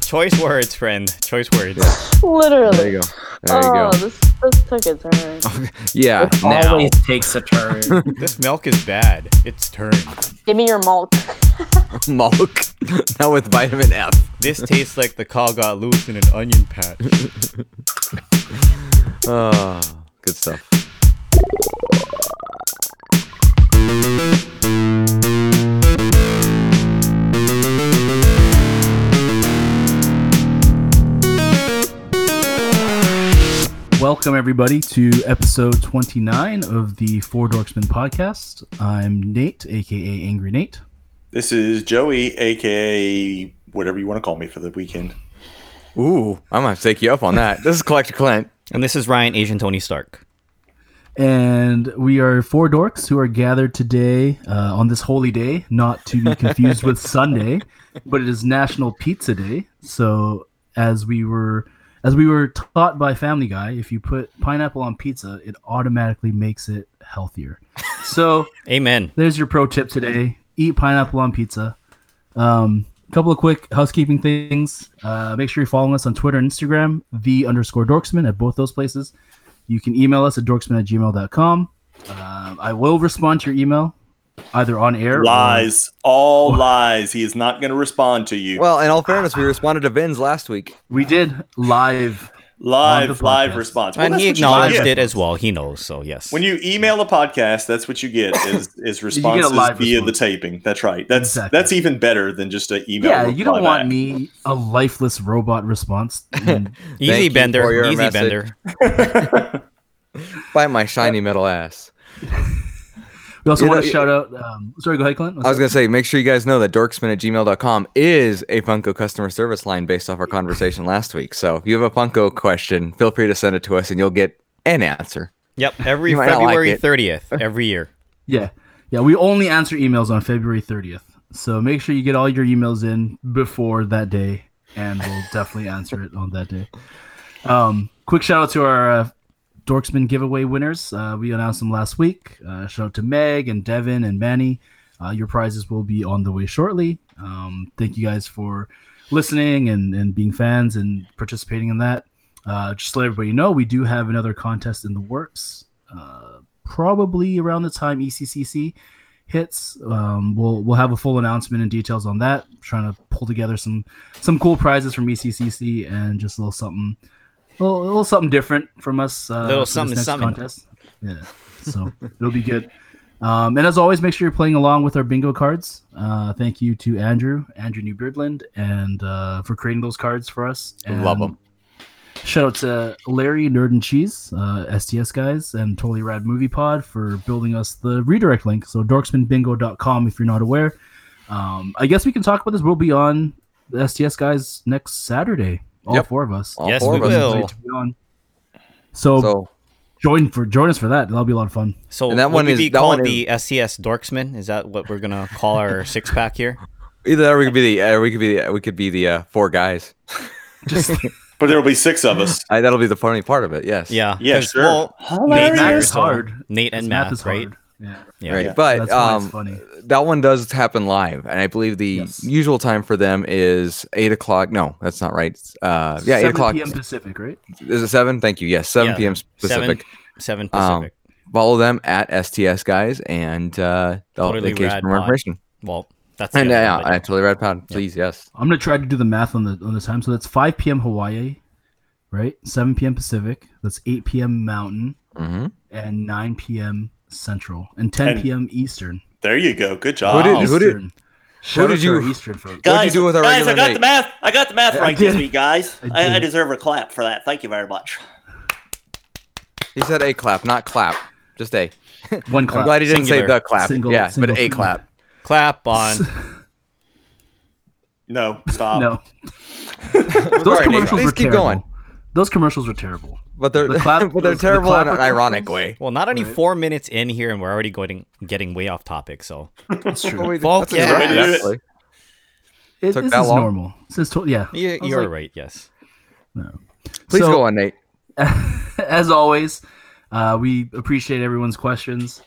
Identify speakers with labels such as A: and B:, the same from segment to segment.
A: Choice words, friend. Choice words.
B: Literally.
C: There you go. There you
B: oh,
C: go.
B: This, this took a turn.
C: Yeah.
D: It
C: Now.
D: always takes a turn.
A: This milk is bad. It's turned.
B: Give me your malt.
C: Mulk. now with vitamin F.
A: This tastes like the call got loose in an onion patch.
C: Oh, good stuff.
E: Welcome, everybody, to episode 29 of the Four Dorksmen podcast. I'm Nate, aka Angry Nate.
F: This is Joey, aka whatever you want to call me for the weekend.
C: Ooh, I'm gonna have to take you up on that. This is Collector Clint.
A: And this is Ryan, Asian Tony Stark.
E: And we are four dorks who are gathered today uh, on this holy day, not to be confused with Sunday, but it is National Pizza Day. So, as we were as we were taught by Family Guy, if you put pineapple on pizza, it automatically makes it healthier. So.
A: Amen.
E: there's your pro tip today. Eat pineapple on pizza. Um, couple of quick housekeeping things. Uh, make sure you're following us on Twitter and Instagram, the underscore dorksman at both those places. You can email us at dorksman at gmail.com. Uh, I will respond to your email either on air or-
F: Lies, all lies. He is not going to respond to you.
C: Well, in all fairness, we responded to Vin's last week.
E: we did live. on
F: live,
E: the
F: live
E: podcast.
F: response. Well,
A: And
F: that's
A: he
F: what you gotta
A: acknowledged it
F: get.
A: as well. He knows, so yes.
F: When you email a podcast, that's what you get is, is responses via
E: live
F: the
E: response.
F: taping. That's right. That's
E: Exactly.
F: that's even better than just an email.
E: Yeah, you don't
F: reply
E: want
F: back.
E: me a lifeless robot response. And
C: Thank
A: easy
C: you for
A: bender,
C: your
A: easy
C: message.
A: bender.
C: Bite my shiny metal ass.
E: we also
C: You
E: want
C: know,
E: to
C: you-
E: shout out. Um, sorry, go ahead, Clint.
C: I was going to say, make sure you guys know that dorksman at gmail.com is a Funko customer service line based off our conversation last week. So if you have a Funko question, feel free to send it to us and you'll get an answer.
A: Yep. Every
C: You might not like
A: February
C: it.
A: 30th, every year.
E: Yeah. Yeah, we only answer emails on February 30th. So make sure you get all your emails in before that day and we'll definitely answer it on that day. Um, quick shout out to our uh, Dorksman giveaway winners. Uh, we announced them last week. Uh, shout out to Meg and Devin and Manny. Uh, your prizes will be on the way shortly. Um, thank you guys for listening and, and being fans and participating in that. Uh, just to let everybody know, we do have another contest in the works. Uh, probably around the time E ECCC hits, um, we'll we'll have a full announcement and details on that. trying to pull together some some cool prizes from E ECCC and just a little something, a little, a little something different from us. Uh,
A: Little
E: for this
A: something,
E: next
A: something.
E: Contest. Yeah, so it'll be good. Um, and as always, make sure you're playing along with our bingo cards. Uh, thank you to Andrew, Andrew Newbeardland, and uh, for creating those cards for us. And
C: Love 'em.
E: Shout out to Larry, Nerd and Cheese, uh, STS guys, and Totally Rad Movie Pod for building us the redirect link. So dorksmanbingo.com if you're not aware. Um, I guess we can talk about this. We'll be on the STS guys next Saturday. All
C: Yep.
E: four of us.
C: All
A: Yes,
C: four
A: we
C: of us
A: will.
C: agreed
E: To be on. So,
C: to- So
E: join for join us for that. That'll be a lot of fun.
A: So
C: And that
A: would
C: one
A: we
C: is-
A: be
C: that
A: called
C: one is-
A: the SCS Dorksman? Is that what we're gonna call our six pack here?
C: either that or we could be the, uh, we could be the, we could be the uh, four guys.
E: Just
F: But there will be six of us.
C: I, that'll be the funny part of it. Yes.
A: Yeah.
F: Yeah,
A: 'cause,
F: sure.
A: Nate, and I are
E: math is
A: so-
E: hard.
A: Nate and math, right?
E: hard. Yeah.
A: Yeah.
C: Right.
F: Yeah.
C: But
E: That's why it's
C: um,
E: funny.
C: that one does happen live, and I believe the
E: Yes.
C: usual time for them is eight o'clock. No, that's not right. Uh, yeah, eight
E: 7
C: o'clock.
E: p.m. Pacific, right?
C: Is it seven? Thank you. Yes, seven
A: Yeah,
C: p.m.
A: Seven,
C: Pacific.
A: seven
C: Um,
A: Pacific.
C: Follow them at STS guys, and uh, they'll
A: Totally
C: totally case
A: rad
C: for more
A: pod.
C: information.
A: well, that's the
C: And uh,
A: other
C: yeah,
A: one, but-
C: I totally red pod. Please, yes.
E: I'm gonna try to do the math on the on the time. So that's 5 p.m. Hawaii, right? 7 p.m. Pacific. That's 8 p.m. Mountain
C: Mm-hmm.
E: and 9 p.m. Central and 10
F: And-
E: p.m. Eastern.
F: There you go. Good job.
C: Who did- who did-
E: Eastern. Shout
C: did
E: out to our
C: you-
E: Eastern folks.
C: What'd you do with our
G: guys, I
C: regular
G: got
C: Nate?
G: the math. I got the math
E: I
G: right
E: did.
G: this week, guys.
E: I
G: I, I
E: did.
G: deserve a clap for that. Thank you very much.
C: He said a clap, not clap. Just a.
E: One
C: am
E: clap.
C: glad he didn't say
A: Singular.
C: the clap.
E: Single-
C: yeah,
E: single
C: but a
E: finger.
C: clap.
A: Clap on.
F: No, stop.
E: no,
C: All
E: those
C: right, Nate,
E: commercials
C: please
E: were
C: keep
E: terrible.
C: going.
E: Those commercials were terrible.
C: But they're
E: The clap-
C: but they're
E: the
C: terrible
E: clap
C: in an
E: reference?
C: ironic way.
A: Well, not only four minutes in here, and we're already going getting way off topic. So
E: That's true.
C: Well, we-
A: Fuck
C: that's exactly-
F: yeah.
C: actually.
E: It-
C: Took
E: this
C: that
E: is
C: long?
E: normal. Since tw- yeah,
A: you,
E: was
A: you're
E: like-
A: right. Yes.
C: Please
E: So-
C: go on, Nate.
E: as always, uh, we appreciate everyone's questions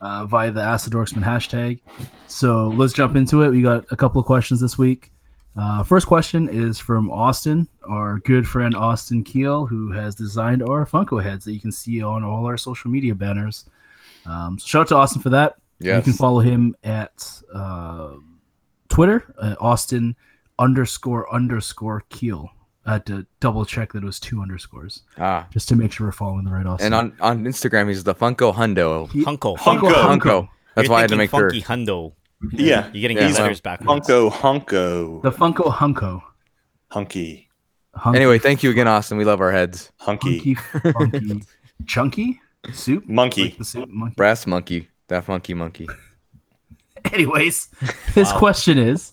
E: uh, via the Ask the Dorksman hashtag. So let's jump into it. We got a couple of questions this week. Uh, first question is from Austin, our good friend Austin Keel, who has designed our Funko heads that you can see on all our social media banners. Um, so shout out to Austin for that. You
C: Yes.
E: can follow him at uh, Twitter, uh, Austin underscore underscore Keel. I had to double check that it was two underscores
C: ah.
E: just to make sure we're following the right Austin.
C: And on, on Instagram, he's the Funko Hundo.
E: Ye-
G: Hunko.
F: Funko.
C: Funko. That's
G: You're
C: why I had to
G: thinking
C: make sure.
G: funky hundo.
F: Yeah.
G: You're getting
C: Yeah,
G: the
C: so-
G: letters backwards.
F: Hunko, Hunko,
E: the Funko Hunko.
F: Hunky,
E: Hunky,
C: Anyway, thank you again, Austin. We love our heads.
F: Hunky,
E: Hunky, funky, chunky soup. Like
F: Monkey.
E: the soup monkey.
C: Brass monkey. That monkey monkey.
E: Anyways, his
G: Wow.
E: question is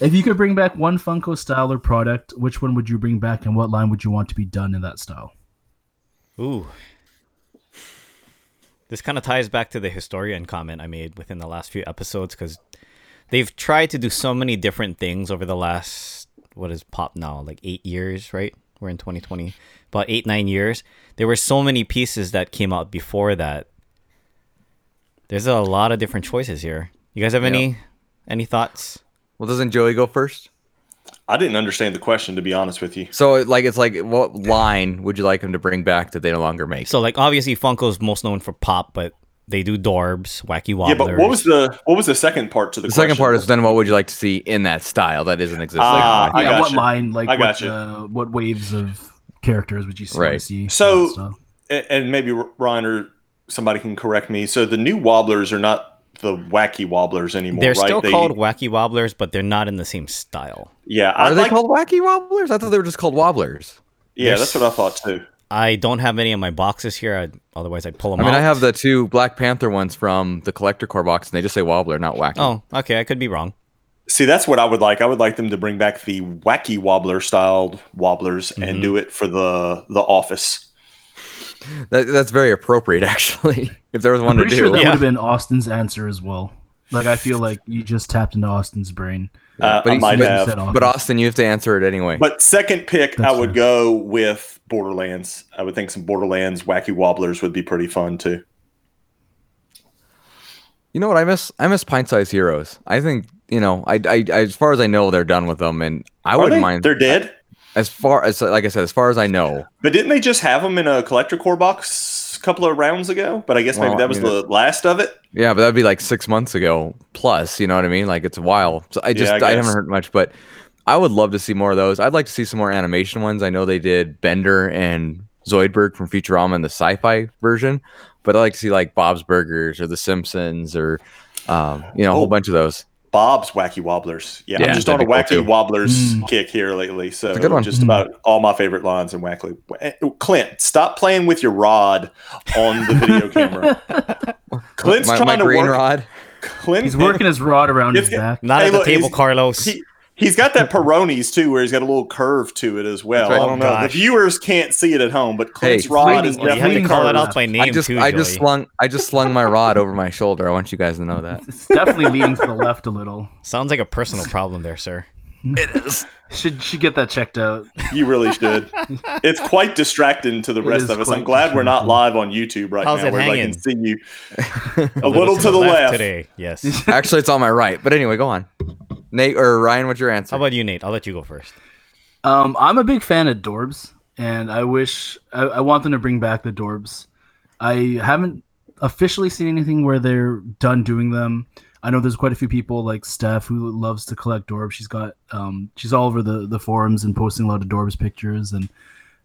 E: if you could bring back one Funko style or product, which one would you bring back and what line would you want to be done in that style?
G: Ooh. This kind of ties back to the historian comment I made within the last few episodes because they've tried to do so many different things over the last, what is pop now, like eight years, right? We're in 2020, about eight, nine years. There were so many pieces that came out before that. There's a lot of different choices here. You guys have any any thoughts?
C: Well, doesn't Joey go first?
F: I didn't understand the question to be honest with you.
C: So, like, it's like, what line would you like him to bring back that they no longer make?
G: So like obviously Funko's most known for pop, but they do Dorbs, Wacky
F: Yeah,
G: Wobblers.
F: but what was the what was the second part to the,
C: the second
F: question?
C: part is then what would you like to see in that style that isn't existing?
F: Ah, I
E: yeah, what
F: gotcha.
E: line, like
F: I
E: what,
F: gotcha.
E: uh, what waves of characters would you see?
C: Right.
E: see
F: So-
E: in that style?
F: A- and maybe R- Ryan or somebody can correct me. So the new wobblers are not the wacky wobblers anymore,
G: They're
F: right?
G: still
F: They-
G: called wacky wobblers, but they're not in the same style.
F: yeah.
C: Are
F: I
C: they
F: like,
C: called wacky wobblers? I thought they were just called wobblers.
F: yeah, that's what I thought too.
G: I don't have any in my boxes here. I'd, otherwise, I'd pull them
C: I
G: out.
C: mean, I have the two Black Panther ones from the collector core box, and they just say wobbler, not wacky.
G: Oh, okay. I could be wrong.
F: See, that's what I would like. I would like them to bring back the wacky wobbler styled wobblers
C: Mm-hmm.
F: and do it for the the office.
C: That, that's very appropriate, actually. If there was one
E: I'm
C: to
E: pretty
C: do,
E: sure that
G: Yeah.
E: would have been Austin's answer as well. Like, I feel like you just tapped into Austin's brain.
F: Uh,
C: but
F: I
C: he-
F: might
C: but-
F: have.
E: said Austin.
C: but Austin, you have to answer it anyway.
F: But second pick, I
E: That's
F: would
E: fair.
F: go with Borderlands. I would think some Borderlands wacky wobblers would be pretty fun too.
C: You know what I miss? I miss Pint Size Heroes. I think you know. I, I, I as far as I know, they're done with them, and I
F: Are
C: wouldn't
F: they?
C: mind.
F: They're dead.
C: As far as like I said, as far as I know,
F: But didn't they just have them in a collector core box a couple of rounds ago? But I guess maybe
C: Well,
F: that was
C: I mean,
F: the last of it.
C: yeah, but that'd be like six months ago plus. You know what I mean? Like it's a while. So I just
F: I
C: I, haven't
F: guess.
C: heard much, but I would love to see more of those. I'd like to see some more animation ones. I know they did Bender and Zoidberg from Futurama in the sci-fi version, but I like to see like Bob's Burgers or The Simpsons or um, you know a
F: Oh.
C: whole bunch of those.
F: Bob's Wacky Wobblers. Yeah,
C: Yeah,
F: I'm just on a
C: that'd be
F: Wacky
C: cool, too.
F: Wobblers
E: Mm.
F: kick here lately. So
C: It's a good one. Hmm.
F: just
E: Mm.
F: about all my favorite lines in Wacky. eh, Clint, stop playing with your rod on the video camera. Clint's
C: my, my
F: trying to
C: green
F: work.
C: rod.
F: Clint,
E: He's working his rod around his
F: If-
E: back.
G: Not
F: Hey,
G: at the
F: look,
G: table,
F: is-
G: Carlos.
F: he- He's got that Peronis too, where he's got a little curve to it as well.
C: That's right.
F: I don't know.
G: Oh, Gosh.
F: The viewers can't see it at home, but Clint's
C: Hey,
F: rod
E: Clint
F: is
E: is- you have
G: you have
F: definitely
G: to
E: Definitely
G: call it
E: Carlos.
G: out by name
C: I just
G: too,
C: I just
G: Joey.
C: slung I just slung my rod over my shoulder. I want you guys to know that.
E: It's definitely leaning to the left a little.
G: Sounds like a personal problem there, sir.
E: Should should get that checked out.
F: You really should. It's quite distracting to the
E: It
F: rest
E: is
F: of us. I'm
E: quite
F: glad we're not
E: distracting.
F: live on YouTube right
G: How's
F: now,
G: it
F: where I
G: hanging?
F: can see you. A, little, to, the left.
G: today. Yes.
C: Actually, it's on my right. But anyway, go on. Nate or Ryan, what's your answer?
G: How about you, Nate? I'll let you go first.
E: Um, I'm a big fan of Dorbs, and I wish I, I want them to bring back the Dorbs. I haven't officially seen anything where they're done doing them. I know there's quite a few people like Steph who loves to collect Dorbs. She's got um, she's all over the the forums and posting a lot of Dorbs pictures, and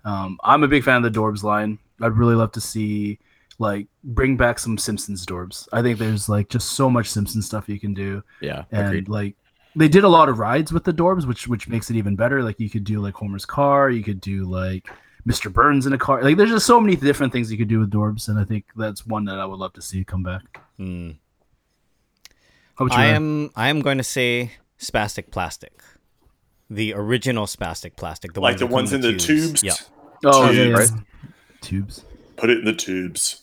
E: um, I'm a big fan of the Dorbs line. I'd really love to see like bring back some Simpsons Dorbs. I think there's like just so much Simpsons stuff you can do
C: yeah,
E: and
C: agreed.
E: like they did a lot of rides with the Dorbs, which which makes it even better. Like you could do like Homer's car, you could do like Mr. Burns in a car. Like there's just so many different things you could do with Dorbs, and I think that's one that I would love to see come back.
G: Mm.
E: How about you,
G: I
E: Ryan?
G: am I am going to say spastic plastic, the original spastic plastic, the
F: Like the
G: that come
F: ones in the
G: tubes.
F: tubes.
G: Yeah.
E: oh yeah,
F: tubes,
E: yeah.
C: right?
E: tubes.
F: Put it in the tubes.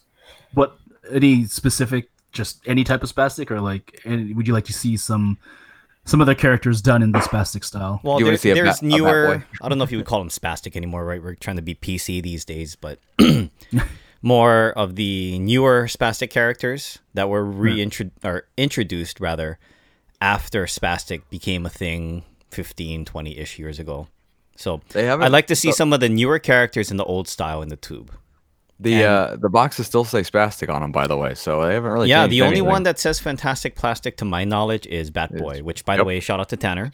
E: What any specific just any type of spastic or like any, would you like to see some some other characters done in the spastic style?
G: Well,
C: You
G: there-
C: wanna see a
G: there's
C: bat- a bat
G: newer.
C: boy?
G: I don't know if you would call them spastic anymore, right? We're trying to be PC these days, but more of the newer spastic characters that were reintroduced or introduced rather after spastic became a thing 15, 20 ish years ago. So
C: They haven't.
G: I'd like to see
C: so-
G: some of the newer characters in the old style in the tube.
C: the uh, the boxes still say spastic on them, by the way. So they haven't really.
G: yeah,
C: changed
G: the only
C: anything.
G: one that says Fantastic Plastic, to my knowledge, is Bat
C: Is-
G: Boy, which, by the
C: yep.
G: way, shout out to Tanner.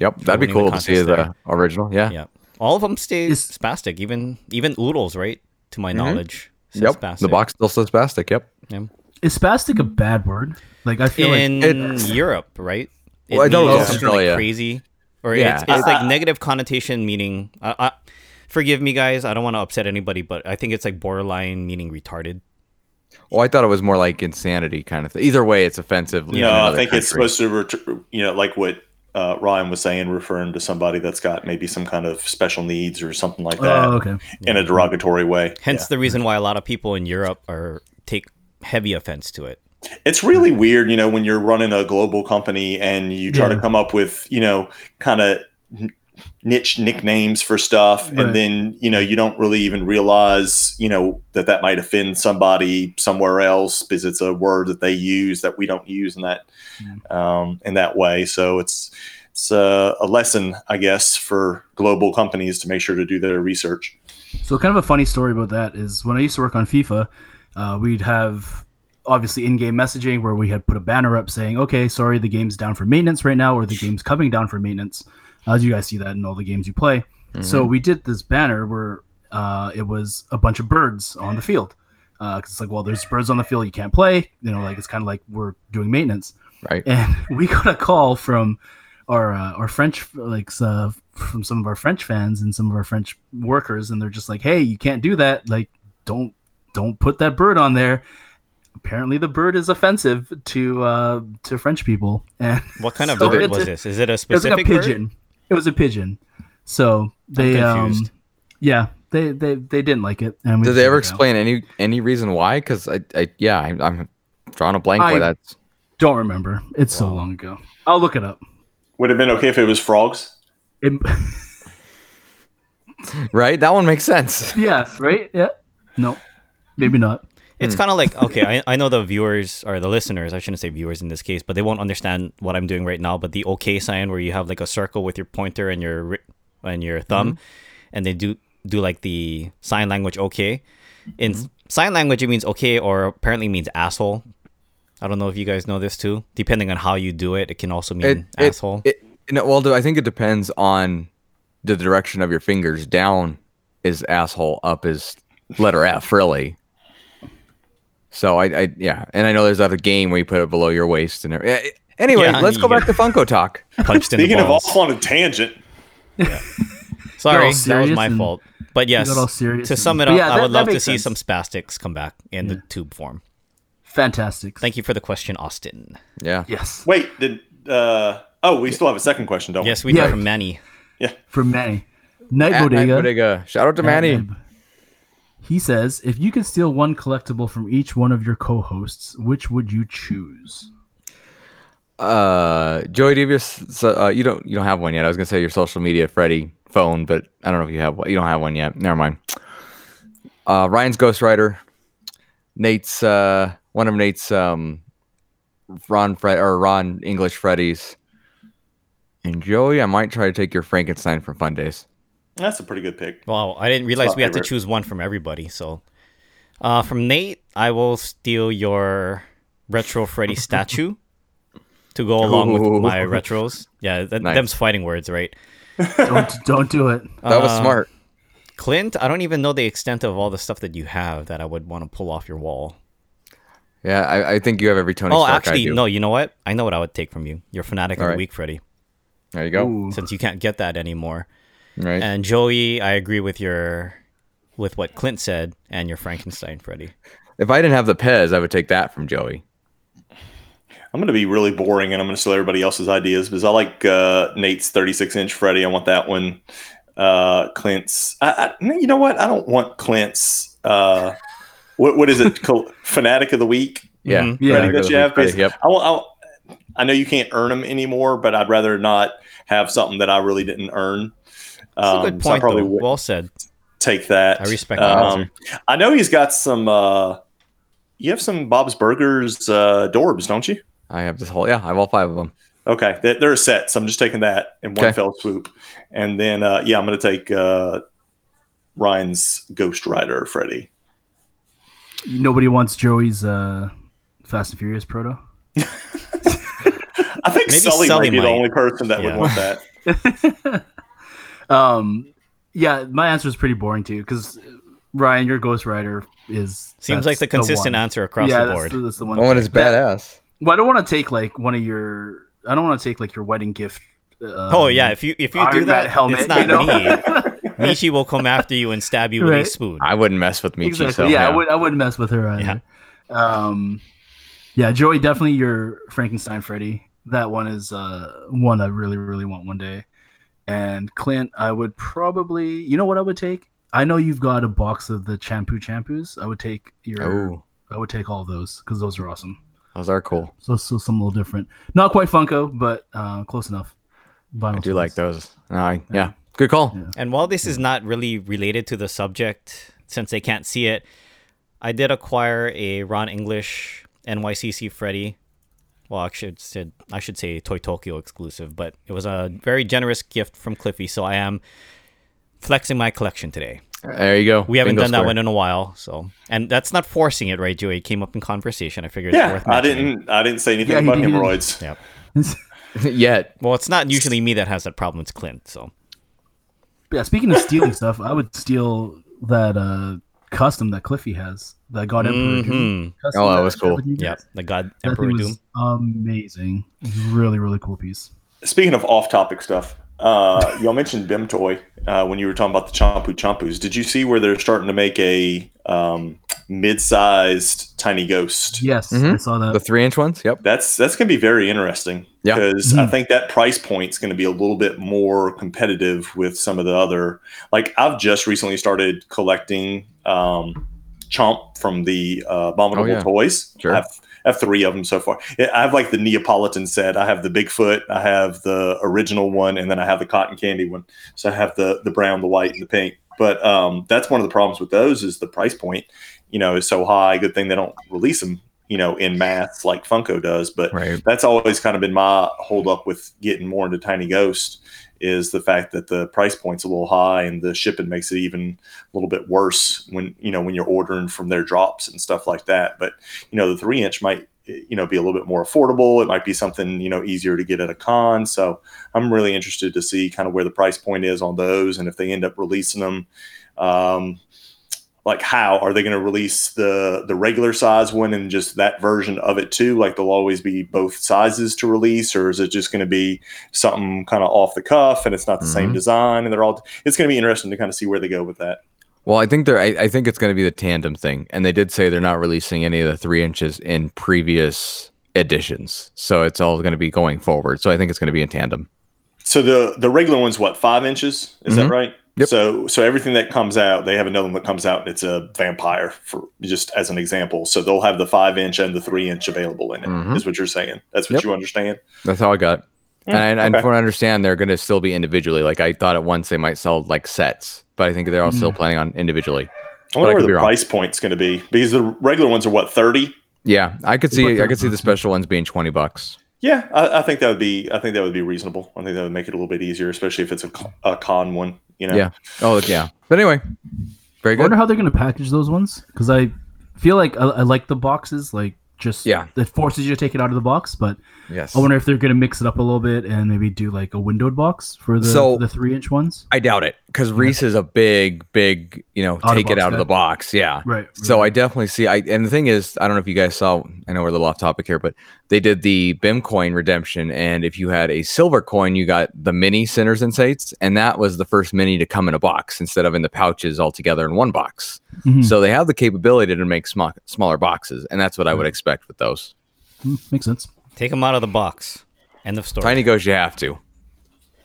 C: Yep, that'd be
G: winning the
C: cool to see
G: contest
C: the original. Yeah.
G: Yeah, all of them stay
E: Is-
G: spastic. Even even Oodles, right? To my knowledge, says
C: Mm-hmm. Yep. The
G: spastic.
C: box still says spastic. Yep.
G: Yeah.
E: Is spastic a bad word? Like I feel like
G: in
C: it's-
G: Europe, right?
C: Well, I know
G: means
C: it's
G: something
C: Australia.
G: like crazy, or
C: Yeah, Uh,
G: it's, it's
H: I-
G: like
H: I-
G: negative connotation meaning. Uh, uh, forgive me, guys. I don't want to upset anybody, but I think it's like borderline meaning retarded.
C: Well, Oh, I thought it was more like insanity kind of thing. Either way, it's offensive. in
F: No, I
C: another
F: think it's
C: country.
F: supposed to, ret- you know, like what uh, Ryan was saying, referring to somebody that's got maybe some kind of special needs or something like that
E: oh okay.
F: in a derogatory way.
G: Hence the reason why a lot of people in Europe are take heavy offense to it.
F: it's really weird, you know, when you're running a global company and you try
E: Yeah.
F: to come up with, you know, kind of niche nicknames for stuff,
E: Right.
F: and then you know you don't really even realize, you know, that that might offend somebody somewhere else because it's a word that they use that we don't use in that um, in that way. So it's it's uh, a, a lesson, I guess, for global companies to make sure to do their research.
E: So kind of a funny story about that is when I used to work on FIFA, uh, we'd have obviously in-game messaging where we had put a banner up saying, "Okay, sorry, the game's down for maintenance right now," or "The game's coming down for maintenance." As you guys see that in all the games you play.
C: Mm-hmm.
E: So we did this banner where uh, it was a bunch of birds on the field. Because it's like, well, there's birds on the field, you can't play. You know, like it's kind of like we're doing maintenance.
C: Right.
E: And we got a call from our uh, our French like uh, from some of our French fans and some of our French workers, and they're just like, "Hey, you can't do that. Like, don't don't put that bird on there." Apparently, the bird is offensive to uh, to French people, and
G: What kind of
E: So
G: bird
E: it's
G: was
E: a-
G: this? Is it a
E: it was like a
G: specific bird?
E: pigeon. It was a pigeon. So they, um,
G: confused.
E: yeah, they, they they didn't like it. And we
C: Did
E: just
C: they
E: took
C: ever
E: it down.
C: explain any any reason why? Because I, I yeah, I'm, I'm drawing a blank
E: I-
C: why that's
E: Don't remember. It's so long ago. I'll look it up.
F: Would have been okay if it was frogs.
E: It-
C: right. That one makes sense.
E: yeah. Right. Yeah. No. Maybe not.
G: It's kind of like okay, I, I know the viewers or the listeners. I shouldn't say viewers in this case, but they won't understand what I'm doing right now. But the OK sign, where you have like a circle with your pointer and your ri- and your thumb, and they do do like the sign language OK. In sign language, it means OK, or apparently means asshole. I don't know if you guys know this too. Depending on how you do it, it can also
C: It,
G: mean
C: it,
G: asshole.
C: It, no, well, I think it depends on the direction of your fingers. Down is asshole. Up is letter F. Really. So I, I yeah, and I know there's other game where you put it below your waist and every- eh, Anyway,
G: Yeah,
C: let's go
G: yeah.
C: back to Funko talk.
G: Punched in the
F: Speaking of
G: balls.
F: off on a tangent,
G: Sorry,
E: all
G: that was
E: serious
G: my
E: and-
G: fault. But yes,
E: all serious
G: to
E: and-
G: sum it
E: But
G: up,
E: yeah,
G: I
E: that-
G: would
E: that
G: love to
E: makes
G: see
E: sense.
G: some spastics come back in the tube form.
E: Fantastic.
G: Thank you for the question, Austin.
C: Yeah.
E: Yes.
F: wait, did uh, oh we still have a second question, don't we?
G: Yes, we did
E: Yeah.
G: from Manny.
E: For Manny. Night
C: At Night
E: Bodega.
C: Bodega. Shout out to Manny.
E: Manny. He says, if you could steal one collectible from each one of your co-hosts, which would you choose?
C: uh joey do you have your s- so, uh, you don't you don't have one yet i was gonna say your social media freddy phone but i don't know if you have one you don't have one yet never mind uh ryan's Ghost Rider, nate's uh one of nate's um ron fred or ron english freddy's and joey i might try to take your frankenstein from fun days
F: That's a pretty good pick.
G: Wow, I didn't realize
F: my
G: we have to
F: favorite.
G: choose one from everybody. So, uh, from Nate, I will steal your retro Freddy statue to go along
C: Ooh.
G: with my retros. Yeah, th-
C: Nice.
G: them's fighting words, right?
E: Don't don't do it.
C: that was
G: Uh,
C: smart
G: Clint, I don't even know the extent of all the stuff that you have that I would want to pull off your wall.
C: yeah I, I think you have every tony
G: oh,
C: Stark I
G: actually,
C: do.
G: no. You know what? I know what I would take from you. Your fanatic of
C: All
G: the
C: right.
G: week, Freddy,
C: there you go
E: Ooh.
G: since you can't get that anymore.
C: right
G: And Joey, I agree with your with what Clint said and your Frankenstein Freddy.
C: if i didn't have the pez i would take that from joey
F: I'm going to be really boring and I'm going to steal everybody else's ideas because I like uh, Nate's 36 inch Freddy. I want that one. Uh, Clint's. I, I, no, you know what? I don't want Clint's. Uh, what, what is it? Col- Fanatic of the Week?
C: yeah
G: Mhm.
E: Yeah.
F: Freddy that you have?
C: Freddy, yep
F: Because I, want- I, want- I know you can't earn them anymore, but I'd rather not have something that I really didn't earn.
G: That's
F: Um,
G: a good
F: so I
G: point.
F: probably
G: though.
F: would
G: Well said.
F: take that.
G: I respect that
F: um, I know he's got some. Uh, you have some Bob's Burgers uh, Dorbs, don't you?
C: i have this whole yeah i have all five of them
F: Okay, th- they're a set, so I'm just taking that in one
C: Okay.
F: fell swoop, and then uh, yeah, I'm gonna take uh, Ryan's Ghost Rider, Freddy.
E: Nobody wants Joey's uh, Fast and Furious proto.
F: I think
A: Maybe
F: Sully,
A: Sully
F: might be the
A: might.
F: only person that
A: Yeah.
F: would want that.
E: um, yeah, my answer is pretty boring too because Ryan, your Ghost Rider is
A: Seems
E: that's
A: like the consistent
E: one.
A: answer across
E: yeah,
A: the
E: that's
A: board.
E: the- that's the one.
C: That one is badass.
E: Well, I don't want to take like one of your. I don't want to take like your wedding gift. Uh,
A: oh yeah, if you if you
E: Iron
A: do
E: Man
A: that,
E: helmet,
A: it's not
E: you know?
A: me. Michi will come after you and stab you with
E: Right.
A: a spoon.
C: I wouldn't mess with Michi.
E: exactly.
C: So,
E: yeah, I would. I wouldn't mess with her either. Um, yeah, Joey, definitely your Frankenstein Freddy. That one is uh one I really really want one day. And Clint, I would probably. You know what I would take? I know you've got a box of the shampoo shampoos. I would take your.
A: Oh,
E: I would take all of those because those are awesome.
C: Those are cool.
E: So so some little different. Not quite Funko, but uh, close enough.
C: I
E: Vinyl
C: do like
E: twins.
C: those. No, I, yeah. Good call.
E: Yeah.
A: and while this is not really related to the subject, since they can't see it, I did acquire a Ron English NYCC Freddy. Well, I should said I should say Toy Tokyo exclusive, but it was a very generous gift from Cliffy, so I am flexing my collection today.
C: There you go.
A: We haven't
C: Bingo
A: done
C: square.
A: that one in a while, so and that's not forcing it, right, Joey? It came up in conversation. I figured it's
F: Yeah,
A: worth
F: I
A: mentioning.
F: didn't. I didn't say anything
E: Yeah, he
F: about
E: didn't.
F: hemorrhoids.
A: Yep.
C: yet.
A: Well, it's not usually me that has that problem. It's Clint. So
E: Yeah, speaking of stealing stuff, I would steal that uh custom that Cliffy has. That God Emperor Doom.
A: Mhm.
E: custom
C: Oh, that
E: I
C: was
E: shared
C: cool.
E: with you
A: Yep.
E: guys.
A: The God
E: That
A: Emperor
E: thing Mm-hmm. was
A: Doom.
E: amazing. It was a really, really cool piece.
F: Speaking of off-topic stuff, uh, y'all mentioned Bim Toy uh, when you were talking about the Chompu Chompus. Did you see where they're starting to make a um, mid-sized tiny ghost?
E: Yes, I
C: Mhm.
E: saw that.
C: The three inch ones? Yep.
F: That's that's going to be very interesting
C: Yeah. Mm-hmm.
F: because I
E: Mhm.
F: think that price point is going to be a little bit more competitive with some of the other. Like I've just recently started collecting um, Chomp from the uh, Abominable
C: Oh, yeah.
F: Toys.
C: Sure.
F: I've, I have three of them so far. Yeah, I have like the Neapolitan set. I have the Bigfoot. I have the original one, and then I have the cotton candy one. So I have the the brown, the white, and the pink. But um, that's one of the problems with those is the price point. You know, is so high. Good thing they don't release them. You know, in mass like Funko does. But
C: Right.
F: that's always kind of been my hold up with getting more into Tiny Ghost is the fact that the price point's a little high and the shipping makes it even a little bit worse when you know when you're ordering from their drops and stuff like that. But you know the three inch might you know be a little bit more affordable. It might be something you know easier to get at a con. So I'm really interested to see kind of where the price point is on those and if they end up releasing them. Um, like how are they going to release the the regular size one and just that version of it too like there'll always be both sizes to release or is it just going to be something kind of off the cuff and it's not the same
C: Mhm.
F: design and they're all it's going to be interesting to kind of see where they go with that
C: Well, I think they're. I, I think it's going to be the tandem thing, and they did say they're not releasing any of the three inches in previous editions, so it's all going to be going forward. So I think it's going to be in tandem.
F: so the the regular one's what five inches is that right
C: Mm-hmm. Yep.
F: so so everything that comes out they have another one that comes out and it's a vampire for just as an example so they'll have the five inch and the three inch available in it. Is
C: Mhm.
F: what you're saying that's what
C: Yep.
F: you understand
C: That's all I got.
B: Yeah,
C: and and
F: okay.
C: from what I understand, they're going to still be individually. Like I thought at once they might sell like sets, but I think they're all
E: Mm.
C: still planning on individually.
F: I
C: But I
F: wonder
C: could be
F: where the
C: wrong.
F: price point's going to be because the regular ones are what thirty.
C: Yeah, I could
E: But
C: see. I
E: they're-
C: could see the special ones being twenty bucks.
F: Yeah, I, I think that would be. I think that would be reasonable. I think that would make it a little bit easier, especially if it's a, co- a con one. You know.
C: Yeah. Oh yeah. But anyway, very
E: I
C: good.
E: wonder how they're gonna package those ones because I feel like I, I like the boxes. Like just
C: Yeah.
E: it forces you to take it out of the box. But
C: Yes.
E: I wonder if they're gonna mix it up a little bit and maybe do like a windowed box for the
C: So-
E: for the three inch ones.
C: I doubt it because Reese is a big, big. You know,
E: Out of
C: take it
E: box
C: out of
E: guy.
C: the box. Yeah.
E: Right.
C: So I definitely see. I and the thing is, I don't know if you guys saw. I know we're a little off topic here, but they did the BIM coin redemption, and if you had a silver coin, you got the mini sinners and saints, and that was the first mini to come in a box instead of in the pouches all together in one box.
E: Mhm.
C: So they have the capability to make sm- smaller boxes, and that's what I would expect with those.
E: Mm, makes sense.
A: Take them out of the box. End of story.
C: Tiny goes, you have to.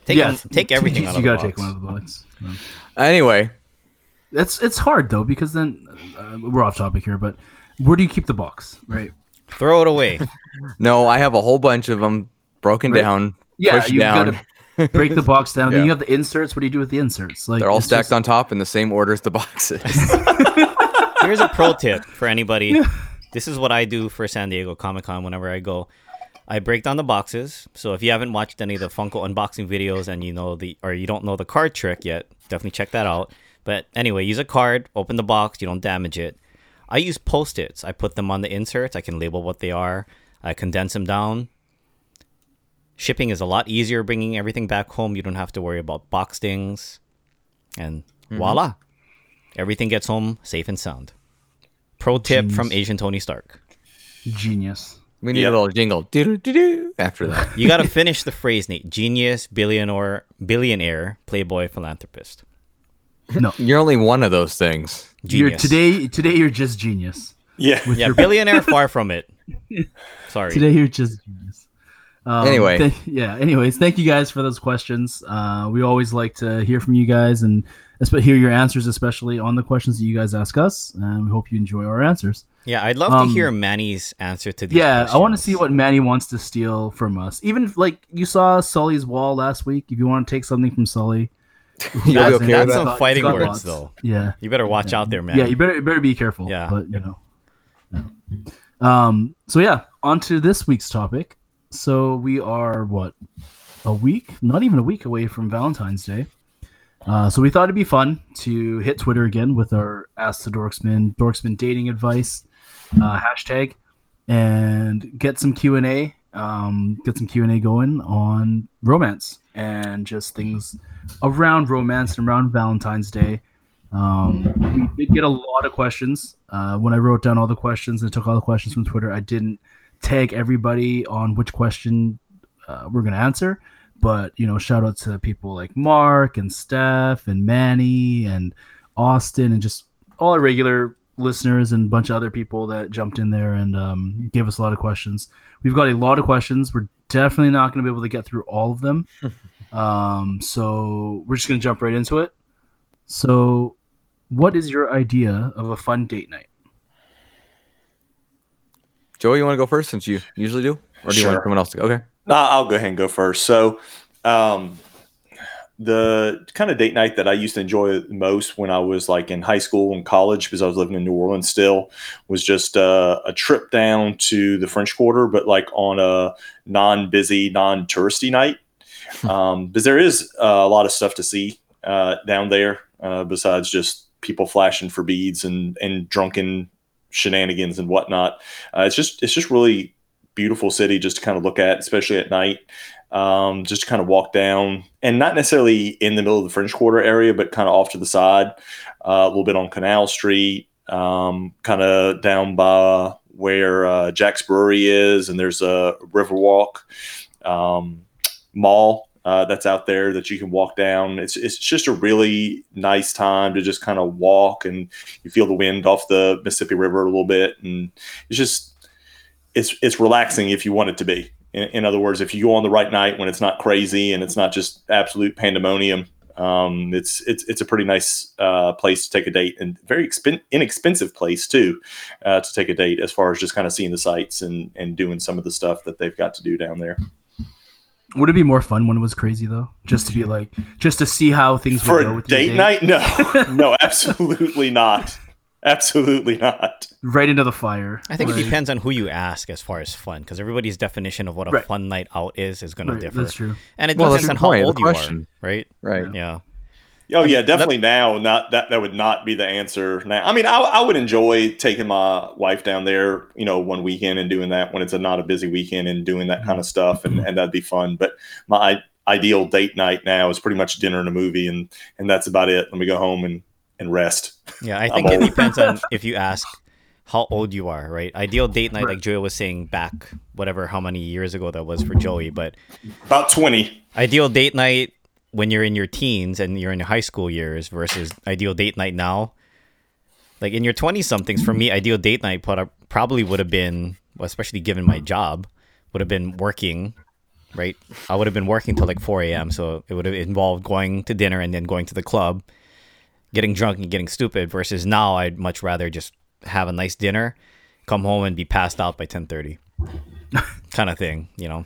A: Take 'em- take everything
E: you,
A: out
E: you
A: of
E: gotta
A: the
E: take
A: box.
E: one out of the box. Yeah.
C: Anyway,
E: It's it's hard though because then uh, we're off topic here, but where do you keep the box? Right.
A: Throw it away.
C: no, I have a whole bunch of them broken down.
E: Yeah,
C: pushed
E: you've
C: down.
E: got to break the box down. Then
C: Yeah.
E: you have the inserts. What do you do with the inserts? Like
C: They're all
E: it's
C: stacked
E: just-
C: on top in the same order as the boxes.
A: Here's a pro tip for anybody. This is what I do for San Diego Comic Con whenever I go. I break down the boxes. So if you haven't watched any of the Funko unboxing videos and you know the or you don't know the card trick yet, definitely check that out. But anyway, use a card, open the box, you don't damage it. I use post-its. I put them on the inserts. I can label what they are. I condense them down. Shipping is a lot easier bringing everything back home. You don't have to worry about box things. And voila. Everything gets home safe and sound. Pro tip from Asian Tony Stark.
E: Genius.
C: We need
F: Yep.
C: a little jingle. Do do do after that.
A: You gotta finish the phrase, Nate. Genius, billionaire, billionaire, playboy, philanthropist.
E: No.
C: You're only one of those things.
E: You're
A: Genius.
E: today today you're just genius.
F: Yeah.
E: With
A: yeah,
E: your-
A: billionaire, far from it. Sorry.
E: Today you're just genius. Um,
C: Anyway.
E: thank- yeah. Anyways, thank you guys for those questions. Uh, we always like to hear from you guys and espe- hear your answers, especially on the questions that you guys ask us. And we hope you enjoy our answers.
A: yeah, I'd love
E: Um,
A: to hear Manny's answer to these.
E: yeah, I want to
A: questions.
E: see what Manny wants to steal from us. Even if, like you saw Sully's wall last week. If you want to take something from Sully,
C: You'll be
E: that's-
C: okay with
E: that's
C: that?
A: some
E: about-
A: fighting
E: about
A: words,
E: lots.
A: though.
E: Yeah.
A: You better watch out there, man.
E: Yeah, you better you better be careful.
A: Yeah.
E: but you know. Yeah. Um. So yeah, on to this week's topic. So we are what a week, not even a week away from Valentine's Day. Uh, so we thought it'd be fun to hit Twitter again with our Ask the Dorksman Dorksman dating advice uh, hashtag and get some Q and A. Um, get some Q and A going on romance and just things around romance and around Valentine's Day. Um, we did get a lot of questions. Uh, when I wrote down all the questions and took all the questions from Twitter, I didn't tag everybody on which question uh, we're going to answer. But, you know, shout out to people like Mark and Steph and Manny and Austin and just all our regular listeners and a bunch of other people that jumped in there and um, gave us a lot of questions. We've got a lot of questions. We're definitely not going to be able to get through all of them. um, so we're just going to jump right into it. So, what is your idea of a fun date night?
C: Joey, you want to go first since you usually do, or do you want
F: Sure.
C: someone else to go? Okay.
F: No, I'll go ahead and go first. So, um, the kind of date night that I used to enjoy the most when I was like in high school and college, because I was living in New Orleans still, was just uh, a trip down to the French Quarter, but like on a non-busy, non-touristy night, um, because there is uh, a lot of stuff to see uh, down there uh, besides just people flashing for beads and and drunken shenanigans and whatnot. Uh, it's just it's just really beautiful city just to kind of look at, especially at night. Um, just to kind of walk down and not necessarily in the middle of the French Quarter area, but kind of off to the side, uh, a little bit on Canal Street, um, kind of down by where uh, Jack's Brewery is, and there's a Riverwalk um, mall uh, that's out there that you can walk down. It's it's just a really nice time to just kind of walk and you feel the wind off the Mississippi River a little bit, and it's just it's it's relaxing if you want it to be. In, in other words, if you go on the right night when it's not crazy and it's not just absolute pandemonium, um, it's it's it's a pretty nice uh, place to take a date and very expen- inexpensive place too uh, to take a date as far as just kind of seeing the sights and and doing some of the stuff that they've got to do down there.
E: Would it be more fun when it was crazy though? Just to be like, just to see how things
F: for
E: would go
F: a
E: with your
F: date, night no no absolutely not absolutely not
E: right into the fire.
A: I think
E: Right.
A: it depends on who you ask as far as fun, because everybody's definition of what a
E: Right.
A: fun night out is is going
E: Right,
A: to differ,
E: That's true.
A: and it
C: Well, that's
A: depends
C: the
A: on how
C: point of
A: old
C: the
A: you are,
C: question.
A: right?
C: Right.
A: Yeah,
F: oh yeah definitely now not that that would not be the answer now i mean I, I would enjoy taking my wife down there you know one weekend and doing that when it's a not a busy weekend and doing that kind of stuff and, and that'd be fun but my i- ideal date night now is pretty much dinner and a movie and and that's about it let me go home and and rest
A: yeah. I
F: I'm
A: think it
F: old.
A: depends on if you ask how old you are, right? Ideal date night,
E: Right.
A: like Joey was saying back whatever how many years ago that was for Joey, but
F: about 20
A: ideal date night when you're in your teens and you're in your high school years versus ideal date night now like in your 20 somethings for me ideal date night put up- probably would have been well, especially given my job would have been working right i would have been working till like 4 a.m so it would have involved going to dinner and then going to the club getting drunk and getting stupid versus now i'd much rather just have a nice dinner come home and be passed out by 10.30 kind of thing you know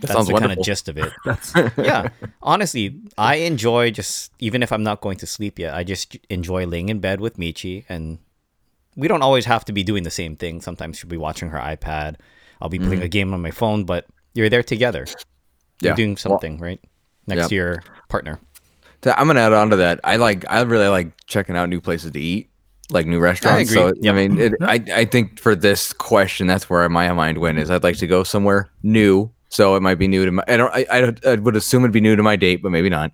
A: that's
C: sounds
A: the kind
C: wonderful.
A: of gist of it
E: That's
A: yeah honestly i enjoy just even if i'm not going to sleep yet i just enjoy laying in bed with michi and we don't always have to be doing the same thing sometimes she'll be watching her ipad I'll be playing a game on my phone, but you're there together. You're
C: Mm-hmm. Yeah.
A: doing something, right? Next
C: yeah.
A: to your partner.
C: So I'm gonna add on to that. I like I really like checking out new places to eat, like new restaurants.
A: agree.
C: So I
A: Yep.
C: mean, it, I I think for this question, that's where my mind went. Is I'd like to go somewhere new. So it might be new to my. I don't. I, I, don't- I would assume it'd be new to my date, but maybe not.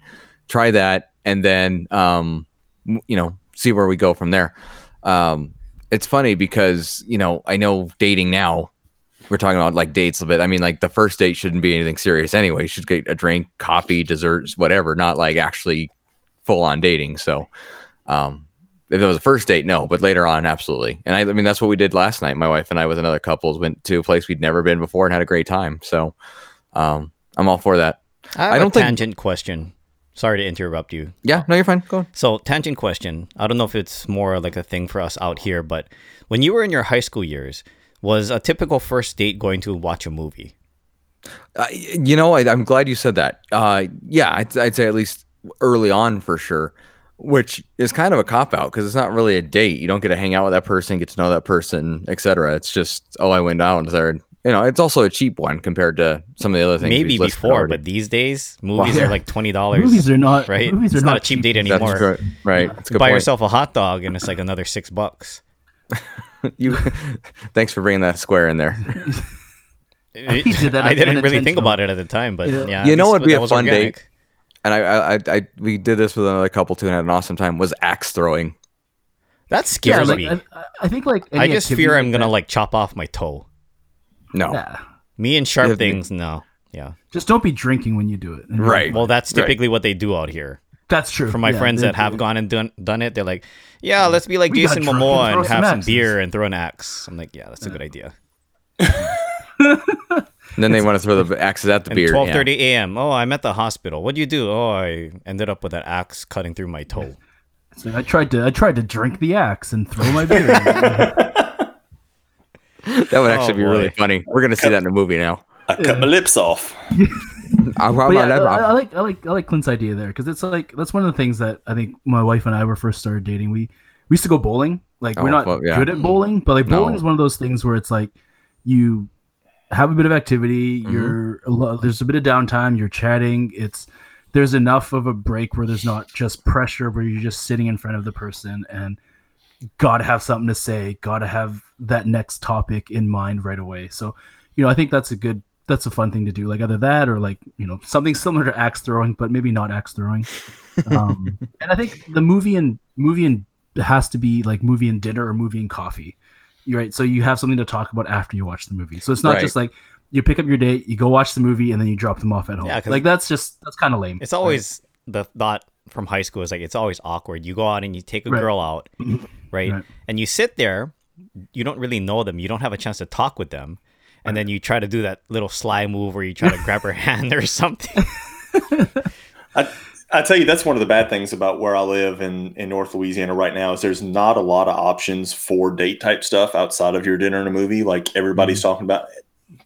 C: Try that, and then um, m- you know, see where we go from there. Um, it's funny because you know I know dating now we're talking about like dates a bit. I mean, like the first date shouldn't be anything serious anyway. You should get a drink, coffee, desserts, whatever, not like actually full on dating. So, um, if it was a first date, no, but later on, absolutely. And I, I mean, that's what we did last night. My wife and I, with another couple, went to a place we'd never been before and had a great time. So, um, I'm all for that.
A: I, have
C: I
A: a
C: don't think-
A: tangent question. Sorry to interrupt you.
C: Yeah, no, you're fine. Go on.
A: So tangent question. I don't know if it's more like a thing for us out here, but when you were in your high school years, was a typical first date going to watch a movie?
C: Uh, you know, I, I'm glad you said that. Uh, yeah, I'd, I'd say at least early on for sure, which is kind of a cop out because it's not really a date. You don't get to hang out with that person, get to know that person, etc. It's just, oh, I went out there. You know, it's also a cheap one compared to some of the other things. we've
A: Maybe
C: listed
A: before,
C: already.
A: but these days movies
E: yeah.
A: are like twenty dollars.
E: Movies are not
A: right.
E: Movies are
A: it's
E: not,
A: not a cheap date
C: That's
A: anymore.
C: correct. right. That's a good
A: Buy
C: point.
A: yourself a hot dog and it's like another six bucks.
C: You, thanks for bringing that square in there.
A: I
E: did that
A: didn't really think
E: unintentional.
A: about it at the time, but yeah,
E: Yeah.
A: at
C: You know
A: least
C: what'd be
A: that
C: a
A: was
C: fun date?
A: organic.
C: And I, I, I, I, we did this with another couple too, and had an awesome time. Was axe throwing.
A: That
E: Yeah,
A: scares
E: like,
A: me.
E: I, I think like
A: I
E: any
A: just
E: activity
A: fear
E: like
A: I'm gonna
E: that-
A: like chop off my toe.
C: No.
E: Yeah.
A: Me and sharp
C: Yeah, me-
A: things, no. Yeah.
E: Just don't be drinking when you do it.
C: Right.
A: Well, that's
C: Right.
A: typically what they do out here.
E: That's true.
A: From my
E: Yeah,
A: friends
E: they-
A: that have gone and done done it, they're like, "Yeah, let's be like
E: We got
A: Jason
E: drunk and
A: Momoa
E: throw
A: and
E: some
A: have some
E: axes."
A: beer and throw an axe." I'm like, "Yeah, that's a good idea."
C: And then they want to throw the axes at the
A: And
C: beer. yeah.
A: 12:30 a.m. Oh, I'm at the hospital. What do you do? Oh, I ended up with an axe cutting through my toe.
E: So I tried to I tried to drink the axe and throw my beer.
C: That would
A: Oh,
C: actually be
A: boy.
C: really funny. We're gonna see that in a movie now.
F: I cut my lips off.
E: But yeah, I, I like I like I like Clint's idea there because it's like that's one of the things that I think my wife and I were first started dating. We we used to go bowling. Like
C: Oh,
E: we're not
C: well, yeah.
E: good at bowling, but like
C: No.
E: bowling is one of those things where it's like you have a bit of activity.
C: Mm-hmm.
E: You're lo- there's a bit of downtime. You're chatting. It's there's enough of a break where there's not just pressure where you're just sitting in front of the person and gotta have something to say. Gotta have that next topic in mind right away. So you know, I think that's a good, that's a fun thing to do. Like either that or like, you know, something similar to axe throwing, but maybe not axe throwing. Um, and I think the movie and movie and has to be like movie and dinner or movie and coffee. You're right. So you have something to talk about after you watch the movie. So it's not
C: Right.
E: just like you pick up your date, you go watch the movie, and then you drop them off at home.
A: Yeah, 'cause-
E: like that's just that's kind of lame.
A: It's always the thought from high school is like it's always awkward. You go out and you take a
E: Right.
A: girl out, right?
E: Right.
A: And you sit there, you don't really know them, you don't have a chance to talk with them, and then you try to do that little sly move where you try to grab her hand or something.
F: I, I tell you, that's one of the bad things about where I live in, in North Louisiana right now is there's not a lot of options for date type stuff outside of your dinner and a movie. Like everybody's talking about,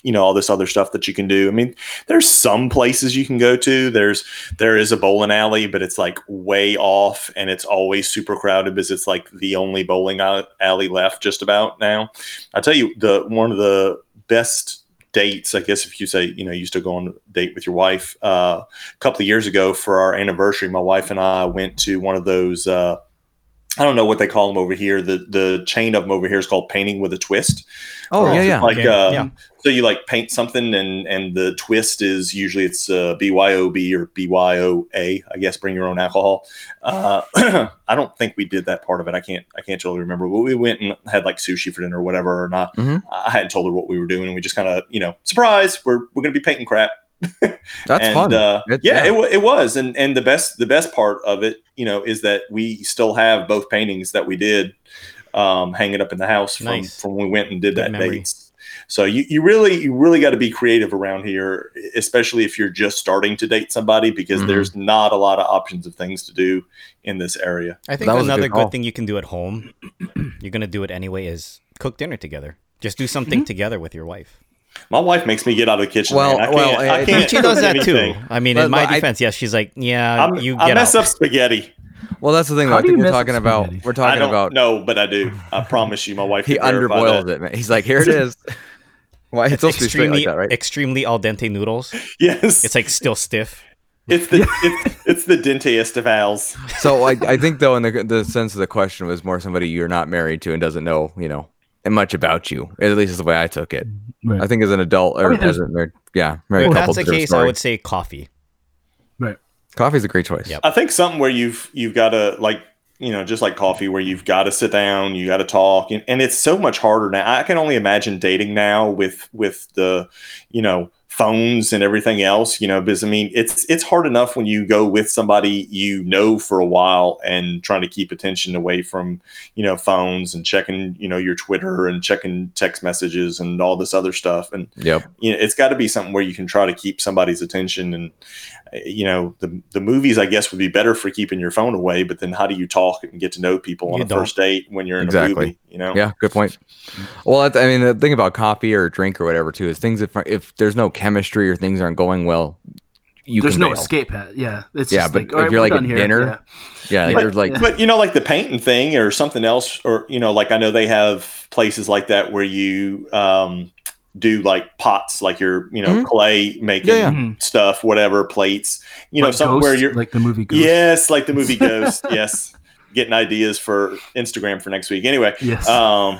F: you know, all this other stuff that you can do. I mean, there's some places you can go to. There's there is a bowling alley, but it's like way off, and it's always super crowded because it's like the only bowling al- alley left just about now. I tell you, the one of the best dates, I guess, if you say you know you still go on a date with your wife. Uh, couple of years ago for our anniversary, my wife and I went to one of those. Uh, I don't know what they call them over here. The the chain of them over here is called painting with a twist.
C: oh yeah,
F: It's
C: yeah.
F: Like
A: Okay,
F: uh,
A: yeah.
F: so, you like paint something, and and the twist is usually it's uh, BYOB or BYOA. I guess bring your own alcohol. Uh, I don't think we did that part of it. I can't I can't totally remember. But we went and had like sushi for dinner or whatever, or not.
C: Mhm.
F: I hadn't told her what we were doing, and we just kind of you know surprise. We're we're gonna be painting crap
C: That's
F: and,
C: fun.
F: Uh,
C: It-
F: yeah,
C: yeah.
F: It, wa- it was, and and the best the best part of it, you know, is that we still have both paintings that we did um, hanging up in the house from,
A: Nice.
F: from when we went and did
A: Good
F: that
A: memory.
F: date. So you, you really you really got to be creative around here, e, especially if you're just starting to date somebody, because
C: Mhm.
F: there's not a lot of options of things to do in this area.
A: I think
C: That was a
A: another
C: good
A: good,
C: call.
A: thing you can do at home, you're gonna do it anyway, is cook dinner together. Just do something
C: Mm-hmm.
A: together with your wife.
F: My wife makes me get out of the kitchen.
C: Well-
F: man. I
C: well,
F: can't, I
C: it-
F: can't
A: She does
F: cook
A: that too.
F: anything.
A: I mean,
C: But-
A: in my
C: but I-
A: defense, yes, she's like, yeah,
F: I'm,
A: you
F: I
A: get
F: mess
A: out.
F: up spaghetti.
C: well, that's the thing.
E: How
C: Though. I
E: do
C: think
E: you
C: we're
E: mess up
C: talking about.
E: spaghetti?
C: We're
F: I
C: talking
F: don't
C: about.
F: know, but I do. I promise you, my wife.
C: He
F: could verify that.
C: underboiled it. Man. He's like, here it is. Why it's supposed to be straight
A: extremely
C: like that, right?
A: extremely al dente noodles.
F: Yes,
A: It's like still stiff.
F: it's the it's, it's the dentiest of owls.
C: so I, I think though in the the sense of the question was more somebody you're not married to and doesn't know you know much about you. At least is the way I took it.
E: Right.
C: I think as an adult or
E: I mean,
C: as a married, yeah, married
A: If
C: couple.
A: that's the
C: deserves
A: case, I
C: story.
A: would say coffee.
C: Coffee's a great choice.
A: Yep.
F: I think something where you've you've got to like you know just like coffee where you've got to sit down, you got to talk, and, and it's so much harder now. I can only imagine dating now with with the you know phones and everything else, you know, because I mean it's it's hard enough when you go with somebody you know for a while and trying to keep attention away from you know phones and checking you know your Twitter and checking text messages and all this other stuff and
C: Yep.
F: you know, it's got to be something where you can try to keep somebody's attention. And uh, you know, the the movies, I guess, would be better for keeping your phone away. But then, how do you talk and get to know people on
A: You
F: a
A: don't.
F: first date when you're in
C: Exactly.
F: a movie? You know,
C: Yeah, good point. Well, that's- I mean, the thing about coffee or drink or whatever too is things if if there's no chemistry or things aren't going well, you
E: There's
C: can
E: no
C: bail.
E: escape hat. Yeah, it's
C: Yeah,
E: just
C: but
E: like, all
C: if
E: right,
C: you're,
E: we're
C: like, at
E: done here.
C: dinner-
E: yeah.
C: Yeah, like,
F: But-
C: there's like
F: but you know, like the painting thing or something else, or you know, like I know they have places like that where you um, do like pots, like your you know
C: Mhm.
F: clay making
C: Yeah, yeah.
E: Mhm.
F: stuff, whatever plates. You know,
E: Like
F: something where
E: Ghost,
F: you're
E: like the movie Ghost.
F: yes, like the movie Ghost. yes, getting ideas for Instagram for next week. Anyway.
E: Yes.
F: Um,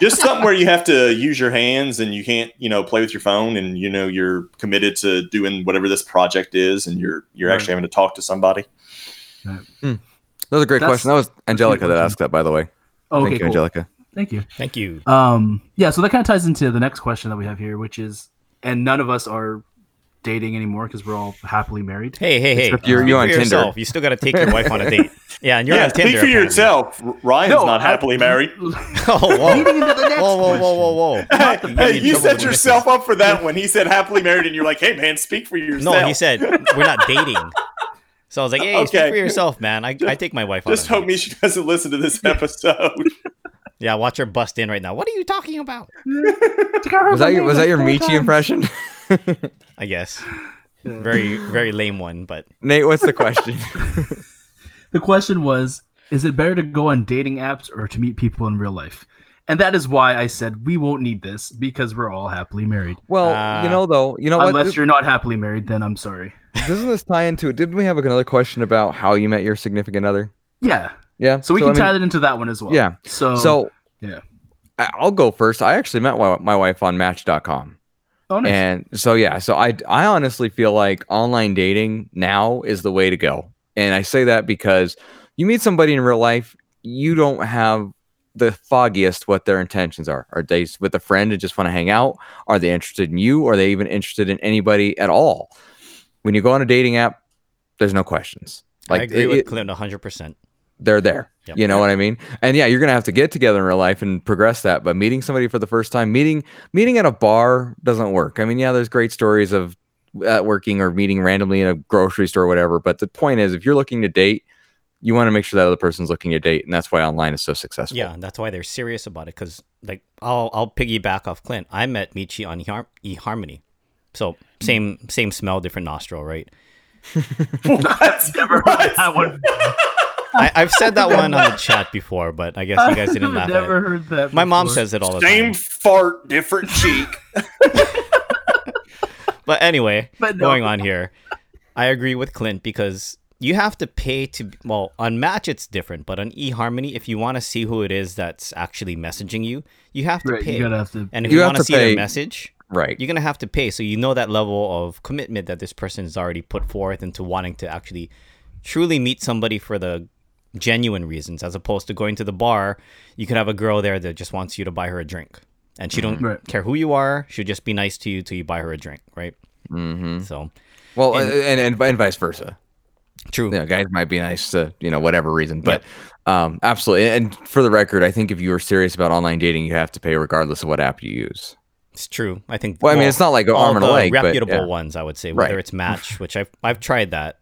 F: just something where you have to use your hands and you can't, you know, play with your phone and you know you're committed to doing whatever this project is and you're you're actually having to talk to somebody.
C: that was a great
E: That's-
C: question. That was Angelica that
E: question.
C: asked that by the way.
E: Oh, okay,
C: Thank you,
E: cool.
C: Angelica.
E: Thank you.
A: Thank you.
E: Um, yeah, so that kind of ties into the next question that we have here, which is, and none of us are dating anymore because we're all happily married.
A: Hey, hey, hey.
C: Except you're-
A: Speak
C: you're
A: for
C: on Tinder.
A: yourself. You still got to take your wife on a date. Yeah, and you're
F: yeah,
A: on Tinder.
F: speak for
A: apparently.
F: yourself. R- Ryan's
E: No,
F: not
E: I-
F: happily married.
A: Oh, whoa.
E: Leading into the next
A: whoa, whoa, whoa, whoa, whoa. You
F: Hey,
A: got me in
F: you
A: trouble
F: set
A: with the missus.
F: yourself up for that one. He said happily married, and you're like, "Hey, man, speak for yourself."
A: No, he said we're not dating. So I was like, hey,
F: Okay.
A: speak for yourself, man. I, I take my wife on.
F: Just
A: a date.
F: hope Misha doesn't listen to this episode.
A: Yeah, watch her bust in right now. What are you talking about?
C: Was that your, was that your Michi impression?
A: I guess. Very, very lame one, but
C: Nate, what's the question?
E: The question was, is it better to go on dating apps or to meet people in real life? And that is why I said we won't need this because we're all happily married.
C: well, you
A: Uh,
C: know though, you know what?
E: Unless
C: This-
E: you're not happily married, then I'm sorry.
C: Doesn't this tie into it? Didn't we have like, another question about how you met your significant other?
E: Yeah.
C: Yeah.
E: So we
C: I
E: can
C: mean-
E: tie that into that one as well.
C: Yeah.
E: So,
C: So
E: yeah.
C: I- I'll go first. I actually met wa- my wife on Match.com,
E: oh, nice.
C: and so yeah, so I I honestly feel like online dating now is the way to go, and I say that because you meet somebody in real life, you don't have the foggiest what their intentions are. Are they s- with a friend and just want to hang out? Are they interested in you? Are they even interested in anybody at all? When you go on a dating app, there's no questions.
A: I
C: Like
A: agree
C: it-
A: with
C: it-
A: Clinton 100%.
C: they're there.
A: Yep.
C: You know what I mean? And yeah, you're gonna have to get together in real life and progress that. But meeting somebody for the first time, meeting meeting at a bar doesn't work. I mean, yeah, there's great stories of at working or meeting randomly in a grocery store or whatever. But the point is, if you're looking to date, you want to make sure that other person's looking to date, and that's why online is so successful.
A: Yeah, and that's why they're serious about it. Because like, I'll I'll piggyback off Clint. I met Michi on eHar- eHarmony, so same same smell, different nostril, right?
F: what?
E: Never heard that one.
A: I, I've said that one on the chat before, but I guess you guys didn't laugh.
E: never
A: at it.
E: heard that.
A: My mom
E: before.
A: says it all the
F: Same
A: time.
F: fart, different cheek.
A: But anyway,
E: But no.
A: going on here, I agree with Clint because you have to pay to well on Match it's different, but on eHarmony, if you want to see who it is that's actually messaging you, you have to
E: Right,
A: pay.
E: you gotta have to.
A: and if
C: You
A: you,
C: have
A: want
C: to
A: to see their
C: pay.
A: message,
C: Right.
A: you're gonna have to pay. So you know that level of commitment that this person has already put forth into wanting to actually truly meet somebody for the genuine reasons, as opposed to going to the bar. You could have a girl there that just wants you to buy her a drink, and she don't
E: Right.
A: care who you are. She'll just be nice to you till you buy her a drink, right?
C: hmm
A: So
C: Well,
A: And-
C: and, and, and vice versa.
A: true.
C: you know, guys might be nice to, you know, whatever reason, but um, absolutely. And for the record, I think if you are serious about online dating, you have to pay regardless of what app you use.
A: It's true. I think.
C: Well, I mean, it's not like an
A: all
C: arm and a
A: the
C: leg, but,
A: reputable
C: yeah.
A: ones, I would say,
C: Right.
A: whether it's Match, which I've I've tried that,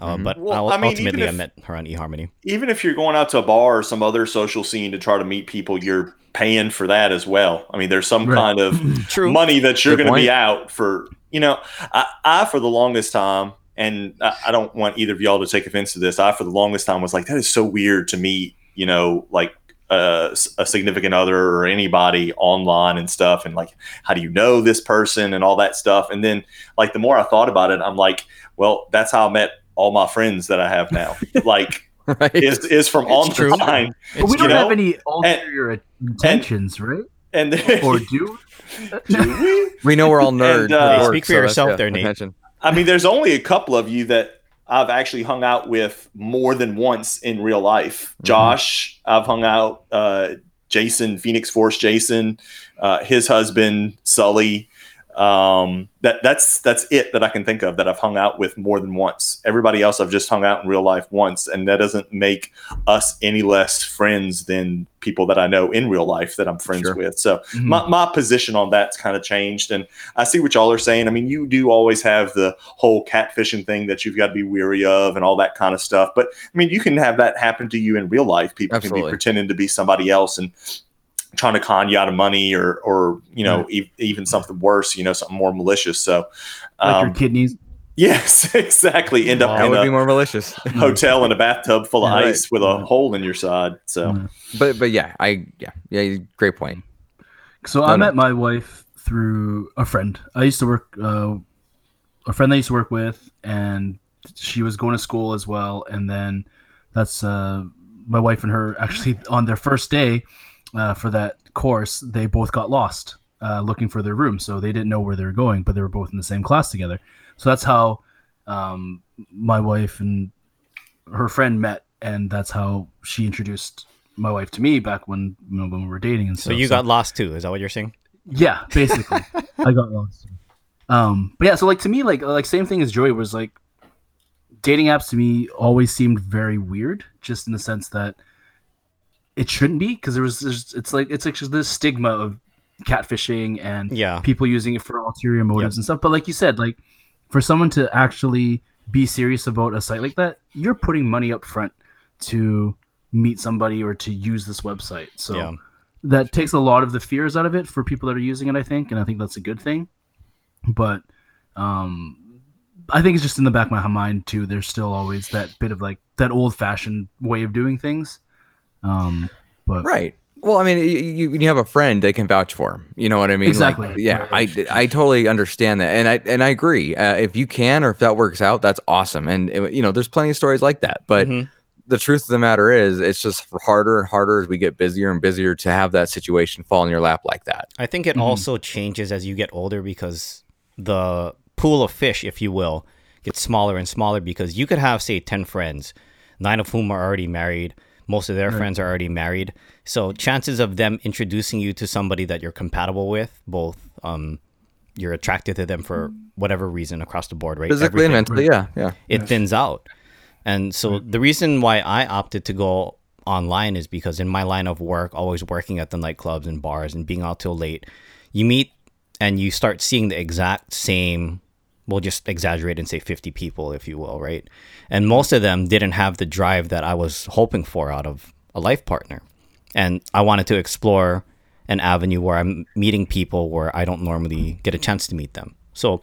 A: uh,
C: Mhm.
A: but
F: Well,
A: I'll-
F: I mean,
A: ultimately
F: even
A: I
F: if-
A: met her on eHarmony.
F: even if you're going out to a bar or some other social scene to try to meet people, you're paying for that as well. I mean, there's some
E: Right.
F: kind of
A: True.
F: money that you're
C: Good
F: going to
C: point.
F: be out for. You know, I, I for the longest time, and I, I don't want either of y'all to take offense to this. I for the longest time was like, that is so weird to me. You know, like uh, s- a significant other or anybody online and stuff and like how do you know this person and all that stuff and then like the more i thought about it i'm like well that's how i met all my friends that i have now like
C: right?
F: is is from
A: It's true.
F: online
E: But
A: It's
E: we don't
F: you
E: have
F: know,
E: any ulterior intentions, right?
F: and
E: Or do?
F: Do we?
C: we know we're all nerds.
F: And, uh,
C: at work,
A: Speak for
C: so that's-
A: yourself
C: yeah,
A: there, Nate.
C: attention.
F: I mean, there's only a couple of you that I've actually hung out with more than once in real life.
C: Mhm.
F: Josh, I've hung out. Uh, Jason, Phoenix Force, Jason, uh, his husband Sully. Um, that that's that's it that I can think of that I've hung out with more than once. Everybody else I've just hung out in real life once, and that doesn't make us any less friends than people that I know in real life that I'm friends
C: Sure.
F: with. So my,
E: Hmm.
F: my position on that's kind of changed and i see what y'all are saying i mean you do always have the whole catfishing thing that you've got to be weary of and all that kind of stuff but i mean you can have that happen to you in real life people can
C: Absolutely.
F: be pretending to be somebody else and trying to con you out of money or or you know
E: Hmm.
F: e- even something worse you know something more malicious so
E: Mm-hmm. like
F: um,
E: your kidneys.
F: yes exactly end up
C: That
F: in
C: would
F: a
C: be more malicious.
F: hotel in a bathtub full of
E: Yeah, right.
F: ice with a
E: Yeah. Hmm.
F: hole in your side so
E: Yeah.
C: But but yeah, I yeah yeah great point.
E: So
C: No,
E: I
C: no.
E: met my wife through a friend. I used to work uh, a friend I used to work with, and she was going to school as well. And then that's uh, my wife and her actually on their first day uh, for that course, they both got lost uh, looking for their room, so they didn't know where they were going, but they were both in the same class together. So that's how um, my wife and her friend met, and that's how she introduced my wife to me back when you know, when we were dating and
A: So
E: stuff.
A: you got lost too. Is that what you're saying?
E: Yeah, basically, I got lost. Um, but yeah, so like to me, like like same thing as Joey was like, dating apps to me always seemed very weird, just in the sense that it shouldn't be because there was there's, it's like it's like just this stigma of catfishing and
C: Ah.
A: Yeah.
E: people using it for ulterior motives and stuff. But like you said, like for someone to actually be serious about a site like that, you're putting money up front to meet somebody or to use this website. So
A: Yeah.
E: that takes a lot of the fears out of it for people that are using it, I think, and I think that's a good thing. But um I think it's just in the back of my mind too. There's still always that bit of like that old fashioned way of doing things. Um but
C: Right. Well, I mean, y- you, you have a friend they can vouch for. 'em. You know what I mean? Like,
E: Exactly.
C: yeah, I, I totally understand that, and I and I agree. Uh, if you can, or if that works out, that's awesome. And uh, you know, there's plenty of stories like that. But
A: Mhm.
C: the truth of the matter is, it's just harder and harder as we get busier and busier to have that situation fall in your lap like that.
A: I think it
E: Mhm.
A: also changes as you get older because the pool of fish, if you will, gets smaller and smaller because you could have, say, 10 friends, nine of whom are already married. Most of their friends are already married. So chances of them introducing you to somebody that you're compatible with, both um, you're attracted to them for whatever reason across the board, right?
C: Physically and
A: Everything
C: mentally, yeah, yeah.
A: it thins out. And so the reason why I opted to go online is because in my line of work, always working at the nightclubs and bars and being out till late, you meet and you start seeing the exact same we'll just exaggerate and say 50 people if you will, right? And most of them didn't have the drive that I was hoping for out of a life partner. And I wanted to explore an avenue where I'm meeting people where I don't normally get a chance to meet them. So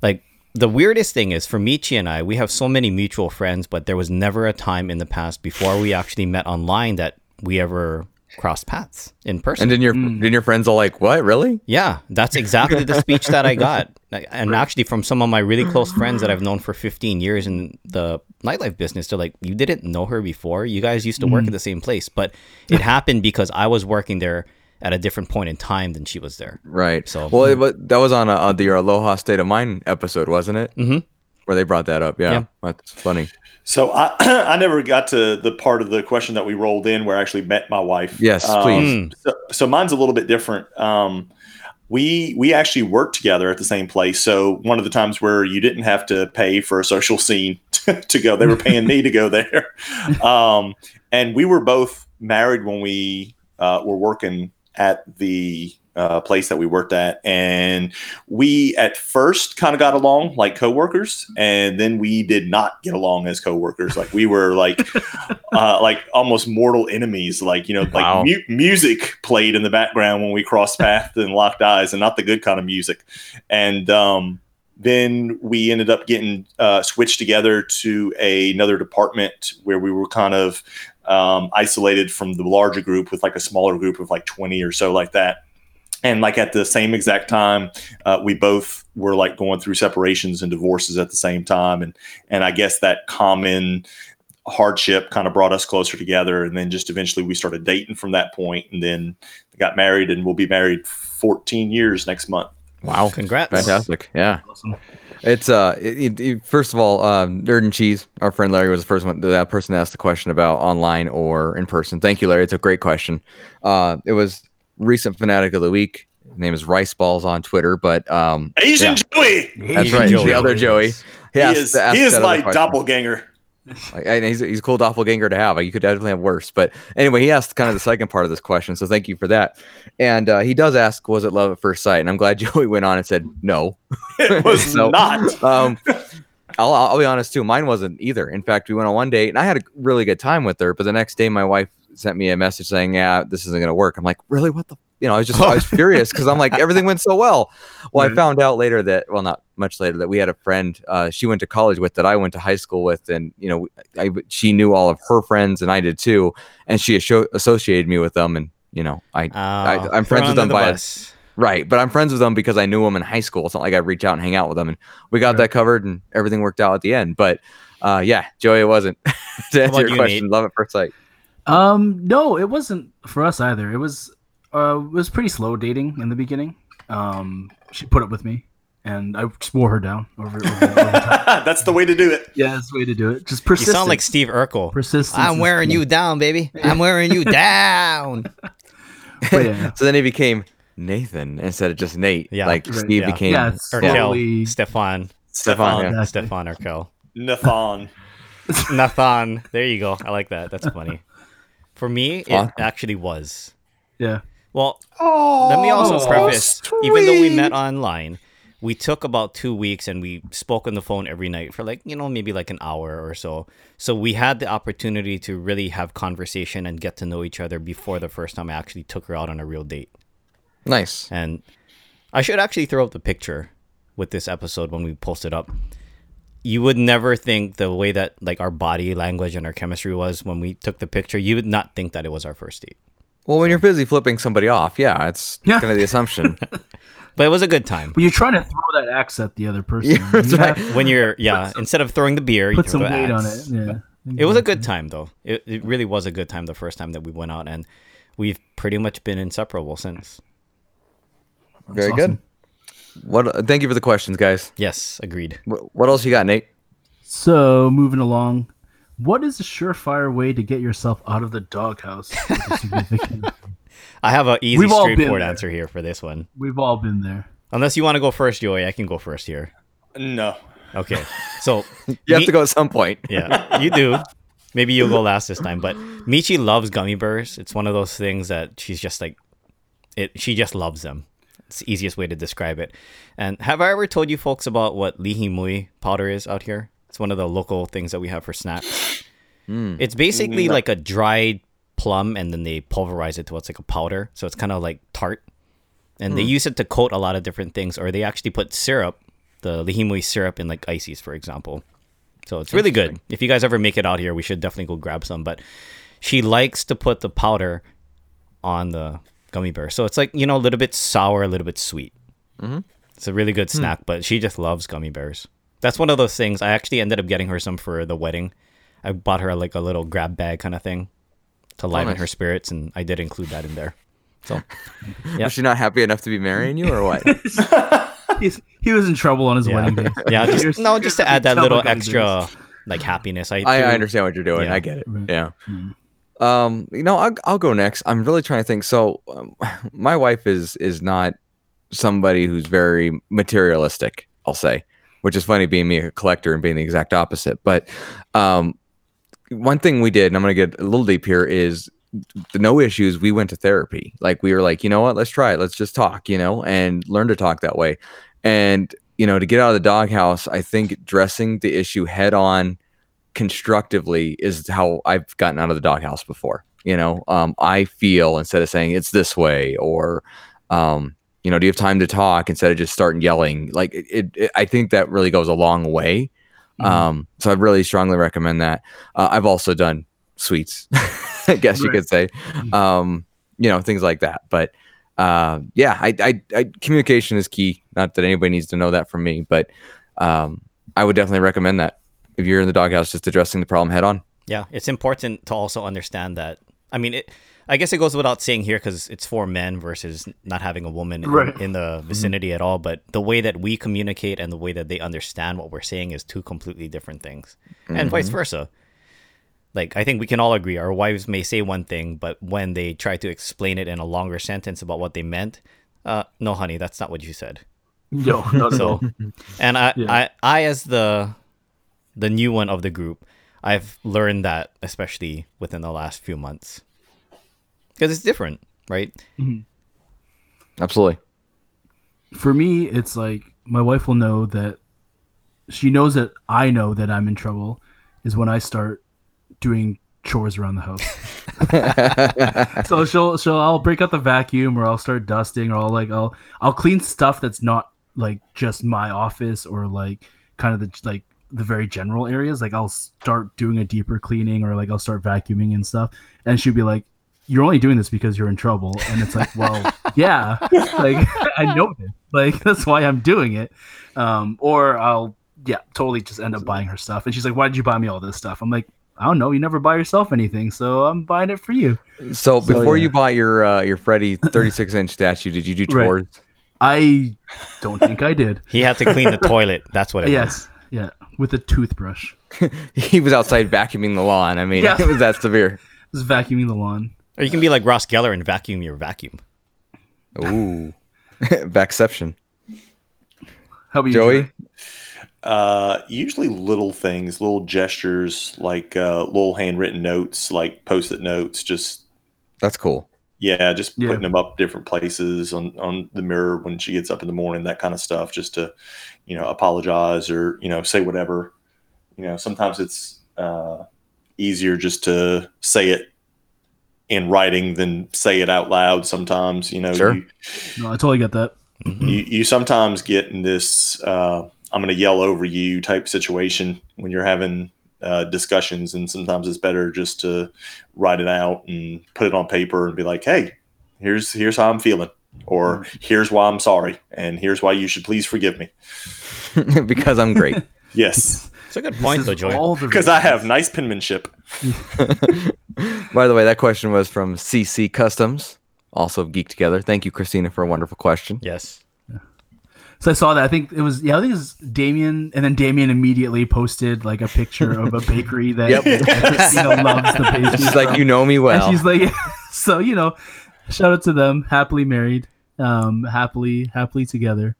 A: like the weirdest thing is for Michi and I, we have so many mutual friends, but there was never a time in the past before we actually met online that we ever crossed paths in person.
C: And then your
A: Mm.
C: then your friends all like, "What? Really?
A: Yeah, that's exactly the speech that I got. Like, And actually, from some of my really close friends that I've known for 15 years in the nightlife business, they're like, You didn't know her before. You guys used to work
C: Mm.
A: at the same place. But it happened because I was working there at a different point in time than she was there.
C: Right."
A: So- hmm.
C: well, it, wa- that was on, a, on your Aloha State of Mind episode, wasn't it?
A: Mhm.
C: Where they brought that up.
A: Yeah.
C: yeah. that's funny.
F: So I I never got to the part of the question that we rolled in where I actually met my wife.
C: Yes,
F: Um,
A: Hmm.
C: please.
F: So, so mine's a little bit different. Um, we we actually worked together at the same place. So one of the times where you didn't have to pay for a social scene to go, they were paying me to go there. Um, and we were both married when we uh, were working at the uh, place that we worked at, and we at first kind of got along like coworkers, and then we did not get along as coworkers. Like we were like uh, like almost mortal enemies. Like you know, like
C: Wow.
F: mu- music played in the background when we crossed paths and locked eyes, and not the good kind of music. And um, Then we ended up getting uh, switched together to a, another department where we were kind of um, isolated from the larger group with like a smaller group of like 20 or so like that. And like at the same exact time, uh, we both were like going through separations and divorces at the same time. And, and I guess that common hardship kind of brought us closer together. And then just eventually we started dating from that point and then got married and we'll be married 14 years next month.
A: Wow. Congrats.
C: Fantastic. Yeah.
E: Awesome.
C: It's uh, it, it- it- first of all, um, Nerd and Cheese, our friend Larry was the first one that person asked the question about online or in person. Thank you, Larry. It's a great question. Uh, it was recent fanatic of the week. His name is Rice Balls on Twitter, but um,
F: Asian Joey.
C: that's right,
A: Joey.
C: the other Joey.
F: He
C: asked-
F: is,
C: asked
F: he is
C: that other
F: my
C: question.
F: doppelganger.
C: Like, and he's, he's a cool doppelganger to have. Like, you could definitely have worse. But anyway, he asked kind of the second part of this question. So thank you for that. And uh, he does ask, was it love at first sight? And I'm glad Joey went on and said, no.
F: It was
C: So-
F: not.
C: Um, I'll, I'll be honest too. Mine wasn't either. In fact, we went on one date and I had a really good time with her. But the next day, my wife sent me a message saying, yeah, this isn't going to work. I'm like, really? What the? You know, I was just, I was furious because I'm like, everything went so well. Well, I
E: Right.
C: found out later that, well, not much later, that we had a friend uh, she went to college with that I went to high school with. And, you know, I, she knew all of her friends and I did too. And she asho- associated me with them. And, you know, I,
A: Uh,
C: I'm friends
A: thrown
C: with them
A: under the
C: by-
A: bus.
C: Right, but I'm friends with them because I knew them in high school. It's not like I reach out and hang out with them, and we got
E: Right.
C: that covered, and everything worked out at the end. But uh, yeah, Joey wasn't. to
A: about
C: answer your
A: you,
C: question,
A: Nate?
C: love at first sight.
E: Um, no, it wasn't for us either. It was uh it was pretty slow dating in the beginning. Um, she put up with me, and I just wore her down over. over, over time.
F: That's the way to do it.
E: Yeah, that's the way to do it. Just
A: You
E: persistence.
A: sound like Steve Urkel.
E: persistence.
A: I'm
E: is
A: wearing
E: key.
A: you down, baby. I'm wearing you down.
E: But yeah,
C: So then he became Nathan instead of just Nate.
A: Yeah.
C: like
E: Right,
C: Steve
A: yeah.
C: became.
E: yeah, it's
A: Urkel,
E: slowly.
A: Stefan,
C: Stefan,
F: Stefan.
C: yeah.
E: Exactly.
A: Stefan Urkel,
F: Nathan.
A: Nathan. There you go. I like that. That's funny. For me, it
C: Awesome.
A: actually was.
E: Yeah,
A: Well,
F: Oh,
A: let me also
E: so
A: preface even though we met online we took about two weeks and we spoke on the phone every night for like you know maybe like an hour or so so we had the opportunity to really have conversation and get to know each other before the first time i actually took her out on a real date
C: Nice.
A: and I should actually throw up the picture with this episode when we post it up. You would never think the way that like our body language and our chemistry was when we took the picture. You would not think that it was our first date,
C: Well, when you're busy flipping somebody off, yeah, it's
E: Yeah.
C: kind of the assumption.
A: but it was a good time.
E: but you're trying to throw that axe at the other person.
C: Yeah, that's
E: You
C: right.
E: have to
A: When you're yeah, instead of throwing the beer, you
E: Put
A: throw the
E: some weight on it.
A: axe.
E: Yeah.
A: It was a good time though. It it really was a good time the first time that we went out, and we've pretty much been inseparable since.
C: Very
E: That's awesome.
C: good. What? uh, Thank you for the questions, guys.
A: Yes, agreed.
C: What, what else you got, Nate?
E: So moving along, what is a surefire way to get yourself out of the doghouse? with a significant-
A: I have an easy,
E: We've all been
A: straightforward
E: there.
A: answer here for this one.
E: We've all been there.
A: Unless you want to go first, Joey, I can go first here.
F: No.
A: Okay. So
C: You have
A: Mi-
C: to go at some point.
A: Yeah, you do. Maybe you'll go last this time, but Michi loves gummy bears. It's one of those things that she's just like it she just loves them. It's the easiest way to describe it. And have I ever told you folks about what lihimui powder is out here? It's one of the local things that we have for snacks.
C: Mm.
A: It's basically
F: No.
A: like a dried plum and then they pulverize it to what's like a powder. So it's kind of like tart. And they use it to coat a lot of different things, or they actually put syrup, the lihimui syrup, in like ices, for example. So it's really good. If you guys ever make it out here, we should definitely go grab some. But she likes to put the powder on the gummy bear. So it's like, you know, a little bit sour, a little bit sweet. It's a really good snack, but she just loves gummy bears. That's one of those things. I actually ended up getting her some for the wedding. I bought her like a little grab bag kind of thing to liven
C: nice.
A: her spirits, and I did include that in there. So
C: Was she not happy enough to be marrying you, or what?
E: He's, he was in trouble on his
A: yeah,
E: wedding day.
A: yeah,
E: You're-
A: just no,
E: you're
A: just to
E: gonna
A: add that
E: tell
A: little
E: the gummy
A: extra like happiness. I,
C: I,
A: threw-
C: I understand what you're doing.
A: Yeah.
C: I get it.
E: Right.
C: Yeah.
E: Mm.
C: Um, you know, I'll, I'll go next. I'm really trying to think. So, um, my wife is is not somebody who's very materialistic. I'll say, which is funny, being me a collector and being the exact opposite. But um, one thing we did, and I'm going to get a little deep here, is the no issues. We went to therapy. Like we were like, you know what? Let's try it. Let's just talk. You know, and learn to talk that way. And you know, to get out of the doghouse, I think dressing the issue head on constructively is how I've gotten out of the doghouse before. You know, um, I feel instead of saying it's this way or, um, you know do you have time to talk instead of just starting yelling like it, it, it- i think that really goes a long way um so i really strongly recommend that uh, i've also done sweets i guess you
E: Right.
C: could say um you know things like that but uh yeah I, I i communication is key not that anybody needs to know that from me but um i would definitely recommend that if you're in the doghouse just addressing the problem head on
A: Yeah, it's important to also understand that. I mean, it, I guess it goes without saying here because it's for men versus not having a woman in,
E: Right.
A: in the vicinity at all. But the way that we communicate and the way that they understand what we're saying is two completely different things, and vice versa. Like I think we can all agree, our wives may say one thing, but when they try to explain it in a longer sentence about what they meant, uh, no, honey, that's not what you said.
E: Yo, not at all.
A: And I,
E: Yeah.
A: I, I, as the the new one of the group, I've learned that especially within the last few months, because it's different, right?
C: absolutely
E: for me, it's like my wife will know that she knows that I know that I'm in trouble is when I start doing chores around the house. so she'll she'll I'll break out the vacuum or I'll start dusting or I'll like I'll I'll clean stuff that's not like just my office or like kind of the like the very general areas. Like I'll start doing a deeper cleaning or like I'll start vacuuming and stuff. And she'll be like, You're only doing this because you're in trouble. And it's like, Well, yeah. Like I know this. Like that's why I'm doing it. Um or I'll yeah, totally just end up buying her stuff. And she's like, Why did you buy me all this stuff? I'm like, I don't know, you never buy yourself anything, so I'm buying it for you.
C: So
E: So,
C: before
E: yeah.
C: you bought your uh, your Freddy 36 inch statue, did you do
E: Right.
C: chores?
E: I don't think I did.
A: He had to clean the toilet. That's what it was.
E: Yes. Yeah. With a toothbrush.
C: He was outside vacuuming the lawn. I mean,
E: Yeah.
C: it was that severe.
E: Just vacuuming the lawn.
A: Or you can be like Ross Geller and vacuum your vacuum.
C: Ooh, vacception.
E: How about you,
C: Joey,
F: Uh, usually little things, little gestures, like uh, little handwritten notes, like post-it notes, just
C: that's cool.
F: yeah, just
E: Yeah.
F: putting them up different places on on the mirror when she gets up in the morning, that kind of stuff, just to you know apologize or you know say whatever. You know, sometimes it's uh, easier just to say it in writing than say it out loud. Sometimes you know
C: Sure.
F: you,
E: No, I totally get that.
F: you you sometimes get in this uh, I'm going to yell over you type situation when you're having uh, discussions, and sometimes it's better just to write it out and put it on paper and be like, "Hey, here's here's how I'm feeling." Or
C: Mm-hmm.
F: here's why I'm sorry, and here's why you should please forgive me.
C: because I'm great.
F: Yes,
A: It's a good
E: This
A: point,
E: is
A: though, Joy.
E: all the
F: because I have
E: reasons.
F: nice penmanship.
C: By the way, that question was from CC Customs, also of Geek Together. Thank you, Christina, for a wonderful question.
A: Yes.
E: So I saw that. I think it was yeah. I think it was Damien, and then Damien immediately posted like a picture of a bakery that
C: Yep.
E: Christina loves the pastry.
C: She's like, you know me
E: and
C: well.
E: she's like, so you know, shout out to them. Happily married, um, happily, happily together,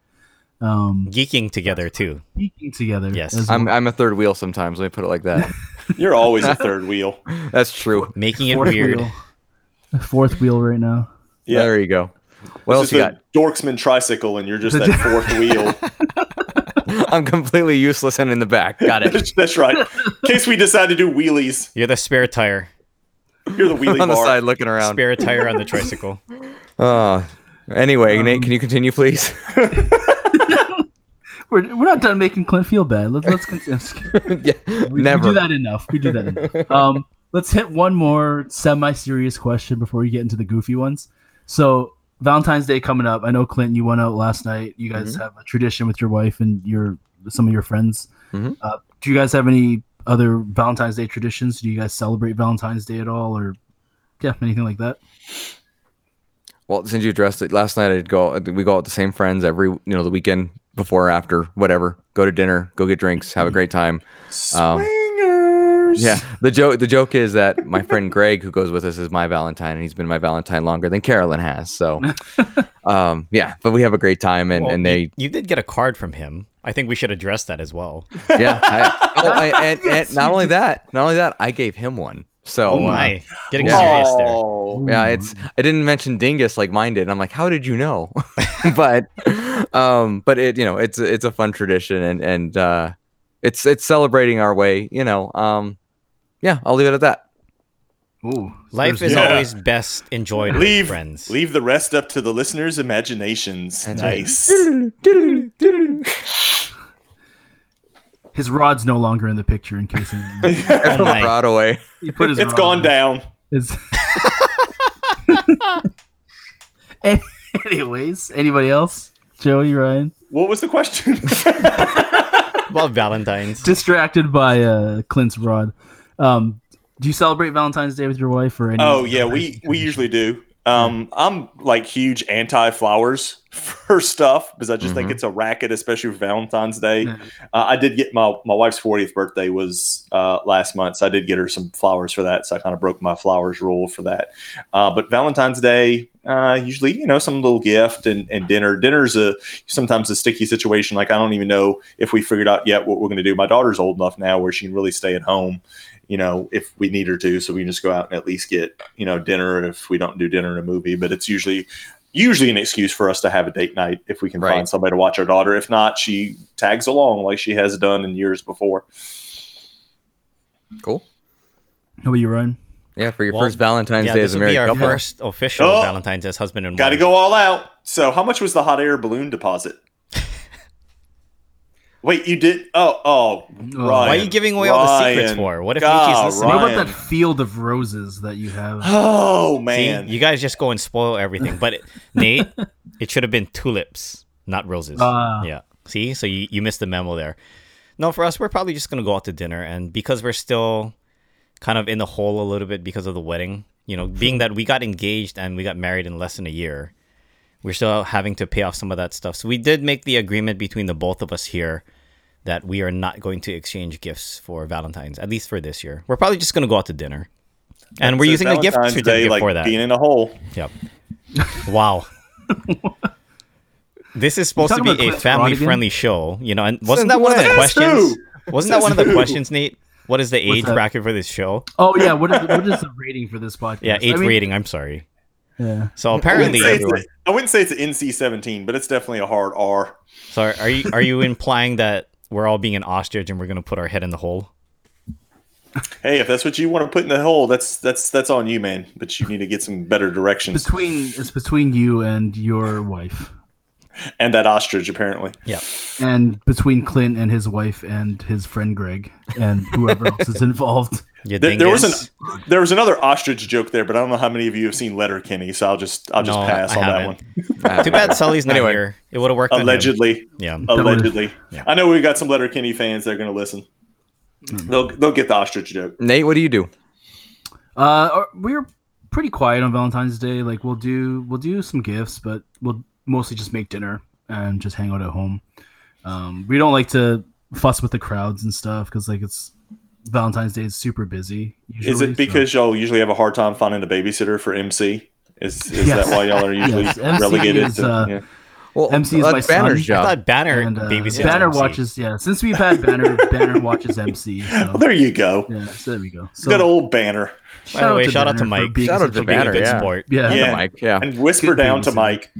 E: um,
A: Geeking together, too.
E: speaking together.
A: Yes.
E: as
C: I'm
E: well.
C: I'm a third wheel sometimes. Let me put it like that.
F: You're always a third wheel.
C: That's true.
A: Making it weird.
E: wheel. Fourth wheel right now.
F: Yeah,
C: There you go. What else
F: It's
C: you
F: just
C: got?
F: a Dorksman tricycle, and you're just that fourth wheel.
C: I'm completely useless and in the back. Got it.
F: That's right. In case we decide to do wheelies,
A: You're the spare tire.
F: you're the wheelie
C: on the
F: bar.
C: side looking around.
A: Spare tire on the tricycle.
C: Uh, anyway, Nate, can you continue, please?
E: We're, we're not done making Clint feel bad. Let's let's continue.
C: yeah,
E: We, we
C: never.
E: do that enough. We do that enough. Um, let's hit one more semi-serious question before we get into the goofy ones. So Valentine's Day coming up. I know Clinton, you went out last night. You guys have a tradition with your wife and your some of your friends.
C: Mhm.
E: Uh, do you guys have any other Valentine's Day traditions? Do you guys celebrate Valentine's Day at all, or yeah, anything like that?
C: Well, since you addressed it last night, I'd go. We go out with the same friends every, you know, the weekend before, or after, whatever. Go to dinner, go get drinks, have a great time. Um,
F: Swingers.
C: Yeah. The joke. The joke is that my friend Greg, who goes with us, is my Valentine, and he's been my Valentine longer than Carolyn has. So, um, yeah. But we have a great time, and
A: Well,
C: and they,
A: You did get a card from him. I think we should address that as well.
C: yeah. I, oh, I, and, and not only that, not only that, I gave him one. So.
A: Oh,
C: uh,
A: my. Getting
C: Yeah.
A: serious there.
F: Oh.
C: Yeah, it's I didn't mention dingus like mine did. And I'm like, how did you know? but um but it you know, it's it's a fun tradition and and uh it's it's celebrating our way, you know. Um yeah, I'll leave it at that.
E: Ooh,
A: Life is
E: Thursday.
F: Yeah.
A: always best enjoyed
F: Leave
A: with friends.
F: Leave the rest up to the listeners' imaginations.
C: That's right.
F: nice.
E: His rod's no longer in the picture. In case anyone-
A: Oh my.
C: Broadway.
E: he put his
F: It's
E: rod
F: gone
E: down.
F: down.
E: It's... Anyways, anybody else? Joey Ryan
F: What was the question?
A: Well, Valentine's.
E: distracted by uh, Clint's rod. Um, do you celebrate Valentine's Day with your wife or any?
F: oh yeah, we we usually do. Um, I'm like huge anti flowers for stuff because I just think
C: Mhm.
F: it's a racket, especially for Valentine's Day.
E: Yeah.
F: Uh, I did get my my wife's 40th birthday was uh, last month, so I did get her some flowers for that. So I kind of broke my flowers rule for that. Uh, but Valentine's Day, uh, usually you know some little gift and, and dinner. Dinner's a sometimes a sticky situation. Like I don't even know if we figured out yet what we're going to do. My daughter's old enough now where she can really stay at home. You know, if we need her to, so we can just go out and at least get you know dinner if we don't do dinner in a movie. But it's usually usually an excuse for us to have a date night if we can
C: Right.
F: find somebody to watch our daughter. If not, she tags along like she has done in years before.
C: Cool.
E: How about you, Ryan?
C: Yeah, for your
A: Well,
C: first Valentine's
A: yeah,
C: Day
A: this
C: as a
A: would
C: married
A: be our
C: couple.
A: first official
F: Oh.
A: Valentine's as husband and
F: Got to
A: wife.
F: go all out. So, how much was the hot air balloon deposit? Wait, you did? Oh, oh,
E: Oh.
A: Why are
F: Ryan,
A: you giving away all the secrets
F: Ryan.
A: for? What if
F: God,
A: Michi's listening?
E: What
F: Ryan.
E: about that field of roses that you have?
F: Oh
A: See,
F: man,
A: you guys just go and spoil everything. But it, Nate, it should have been tulips, not roses.
E: Ah.
A: yeah. See, so you, you missed the memo there. No, for us, we're probably just gonna go out to dinner, and because we're still kind of in the hole a little bit because of the wedding, you know, being that we got engaged and we got married in less than a year, we're still having to pay off some of that stuff. So we did make the agreement between the both of us here that we are not going to exchange gifts for Valentine's, at least for this year. We're probably just gonna go out to dinner. And we're
F: So
A: using the gift
F: Valentine's
A: certificate
F: like
A: for that.
F: Being in a hole.
A: Yep. Wow. this is supposed to
E: talking
A: be a
E: about Clint's rod again?
A: family-friendly show, you know. And wasn't that
C: Since
A: one of the
C: when?
A: questions?
F: Who?
A: Wasn't that one of
F: Since
A: the
F: who?
A: questions, Nate? What is the age
E: that?
A: bracket for this show?
E: Oh yeah, what is, what is the rating for this podcast?
A: Yeah,
E: I
A: age
E: mean,
A: rating. I'm sorry.
E: Yeah.
A: So
F: I wouldn't,
A: apparently,
F: say it's a- I wouldn't say it's an NC seventeen, but it's definitely a hard R.
A: so are- are you are you implying that we're all being an ostrich and we're gonna put our head in the hole?
F: Hey, if that's what you want to put in the hole, that's that's that's on you, man. But you need to get some better directions.
E: Between it's between you and your wife,
F: And that ostrich, apparently.
E: and between Clint and his wife and his friend Greg and whoever else is involved.
A: You
F: There- there was
A: dingus.
F: an- There was another ostrich joke there, but I don't know how many of you have seen Letter Kenny, so I'll just I'll just
A: No,
F: pass
A: I
F: on that one.
A: haven't. Too bad Sully's not
C: Anyway.
A: here. It would have worked. on him.
F: Allegedly,
A: Yeah.
E: would've-
F: allegedly.
A: Yeah.
F: I know we've got some Letter Kenny fans that are going to listen.
A: Mm-hmm.
F: They'll they'll get the ostrich joke.
C: Nate, what do you do?
E: Uh, or- we're pretty quiet on Valentine's Day. Like we'll do we'll do some gifts, but we'll mostly just make dinner and just hang out at home. Um, we don't like to fuss with the crowds and stuff because like it's Valentine's Day is super busy. Usually,
F: Is it
E: so-
F: because y'all usually have a hard time finding a babysitter for MC? Is is
E: Yes.
F: that why y'all are usually
E: Yes, MC
F: relegated?
E: is,
F: to,
E: uh,
F: yeah.
C: Well,
E: MC is
C: that's
E: my son.
C: Banner's
A: I
C: job.
A: thought Banner
E: and, uh,
A: babysits
E: Banner
A: MC.
E: watches? Yeah, since we've had Banner, Banner watches MC.
F: Well,
E: So,
F: there you go.
E: yeah, so there we go. So,
F: Good old banner.
A: By the way, shout out to
E: for
A: Mike.
E: being
C: Shout out
E: such
C: to
E: a
A: for being a
C: Banner,
A: good
C: yeah.
A: sport.
E: Yeah,
F: Yeah.
C: Yeah. Mike, yeah.
F: And whisper
E: Good
F: down to
E: babysitter.
F: Mike.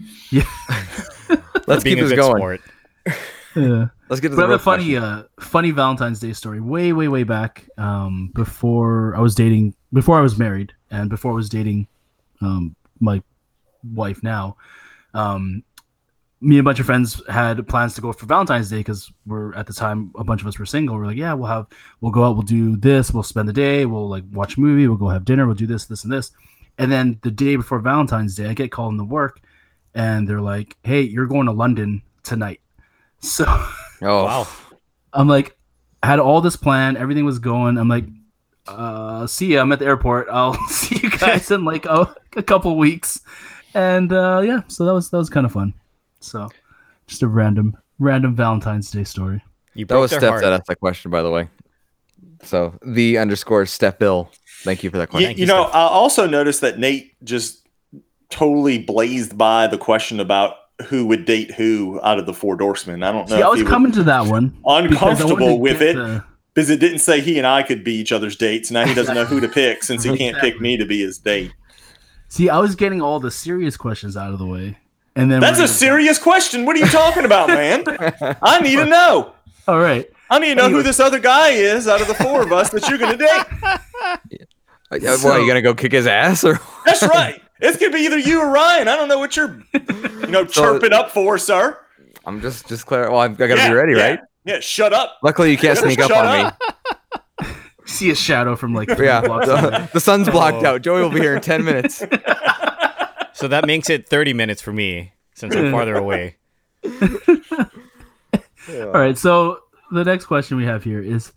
C: Let's
A: Being
C: keep
A: a
C: this
A: good
C: going.
A: sport.
E: yeah.
C: Let's get to
E: But I
C: the
E: have
C: real
E: a funny,
C: question.
E: uh, funny Valentine's Day story. Way, way, way back, um, before I was dating, before I was married, and before I was dating, um, my wife now. Um, me and a bunch of friends had plans to go for Valentine's Day because we're at the time a bunch of us were single. We're like, yeah, we'll have, we'll go out, we'll do this, we'll spend the day, we'll like watch a movie, we'll go have dinner, we'll do this, this, and this. And then the day before Valentine's Day, I get called into work, and they're like, hey, you're going to London tonight. So.
C: Oh,
A: Wow.
E: I'm like, had all this plan, everything was going. I'm like, uh, see ya. I'm at the airport. I'll see you guys in like a, a couple weeks, and uh, yeah. So that was that was kind of fun. So, just a random random Valentine's Day story.
A: You
C: That
A: broke
C: was
A: their
C: Steph
A: heart.
C: that asked that question, by the way. So the underscore Steph Bill. Thank you for that
F: You,
C: question.
A: Thank you,
F: you know, I also noticed that Nate just totally blazed by the question about who would date who out of the four dorksmen. I don't know.
E: See, I
F: if
E: was
F: he was
E: coming to that one. because I wanted
F: uncomfortable
E: to
F: with
E: get
F: it
E: the-
F: because it didn't say he and I could be each other's dates. Now he doesn't know who to pick since he can't pick me to be his date.
E: see, I was getting all the serious questions out of the way, and then
F: That's
E: when
F: a
E: I-
F: serious question. What are you talking about, man? I need to know.
E: All right,
F: I need to know who this other guy is out of the four of us that you're going to date.
C: Like, uh, why, you gonna go kick his ass or?
F: That's right. It's gonna be either you or Ryan. I don't know what you're, you know,
C: So-
F: chirping up for, sir.
C: I'm just just clear. Well, I've, I gotta
F: Yeah,
C: be ready,
F: yeah,
C: right?
F: Yeah. Shut up.
C: Luckily, you can't sneak up
F: Shut
C: on me.
E: See a shadow from like three
C: Yeah,
E: blocks away.
C: the, the sun's blocked out. Joey will be here in ten minutes.
A: So that makes it 30 minutes for me since I'm farther away.
E: All right. So the next question we have here is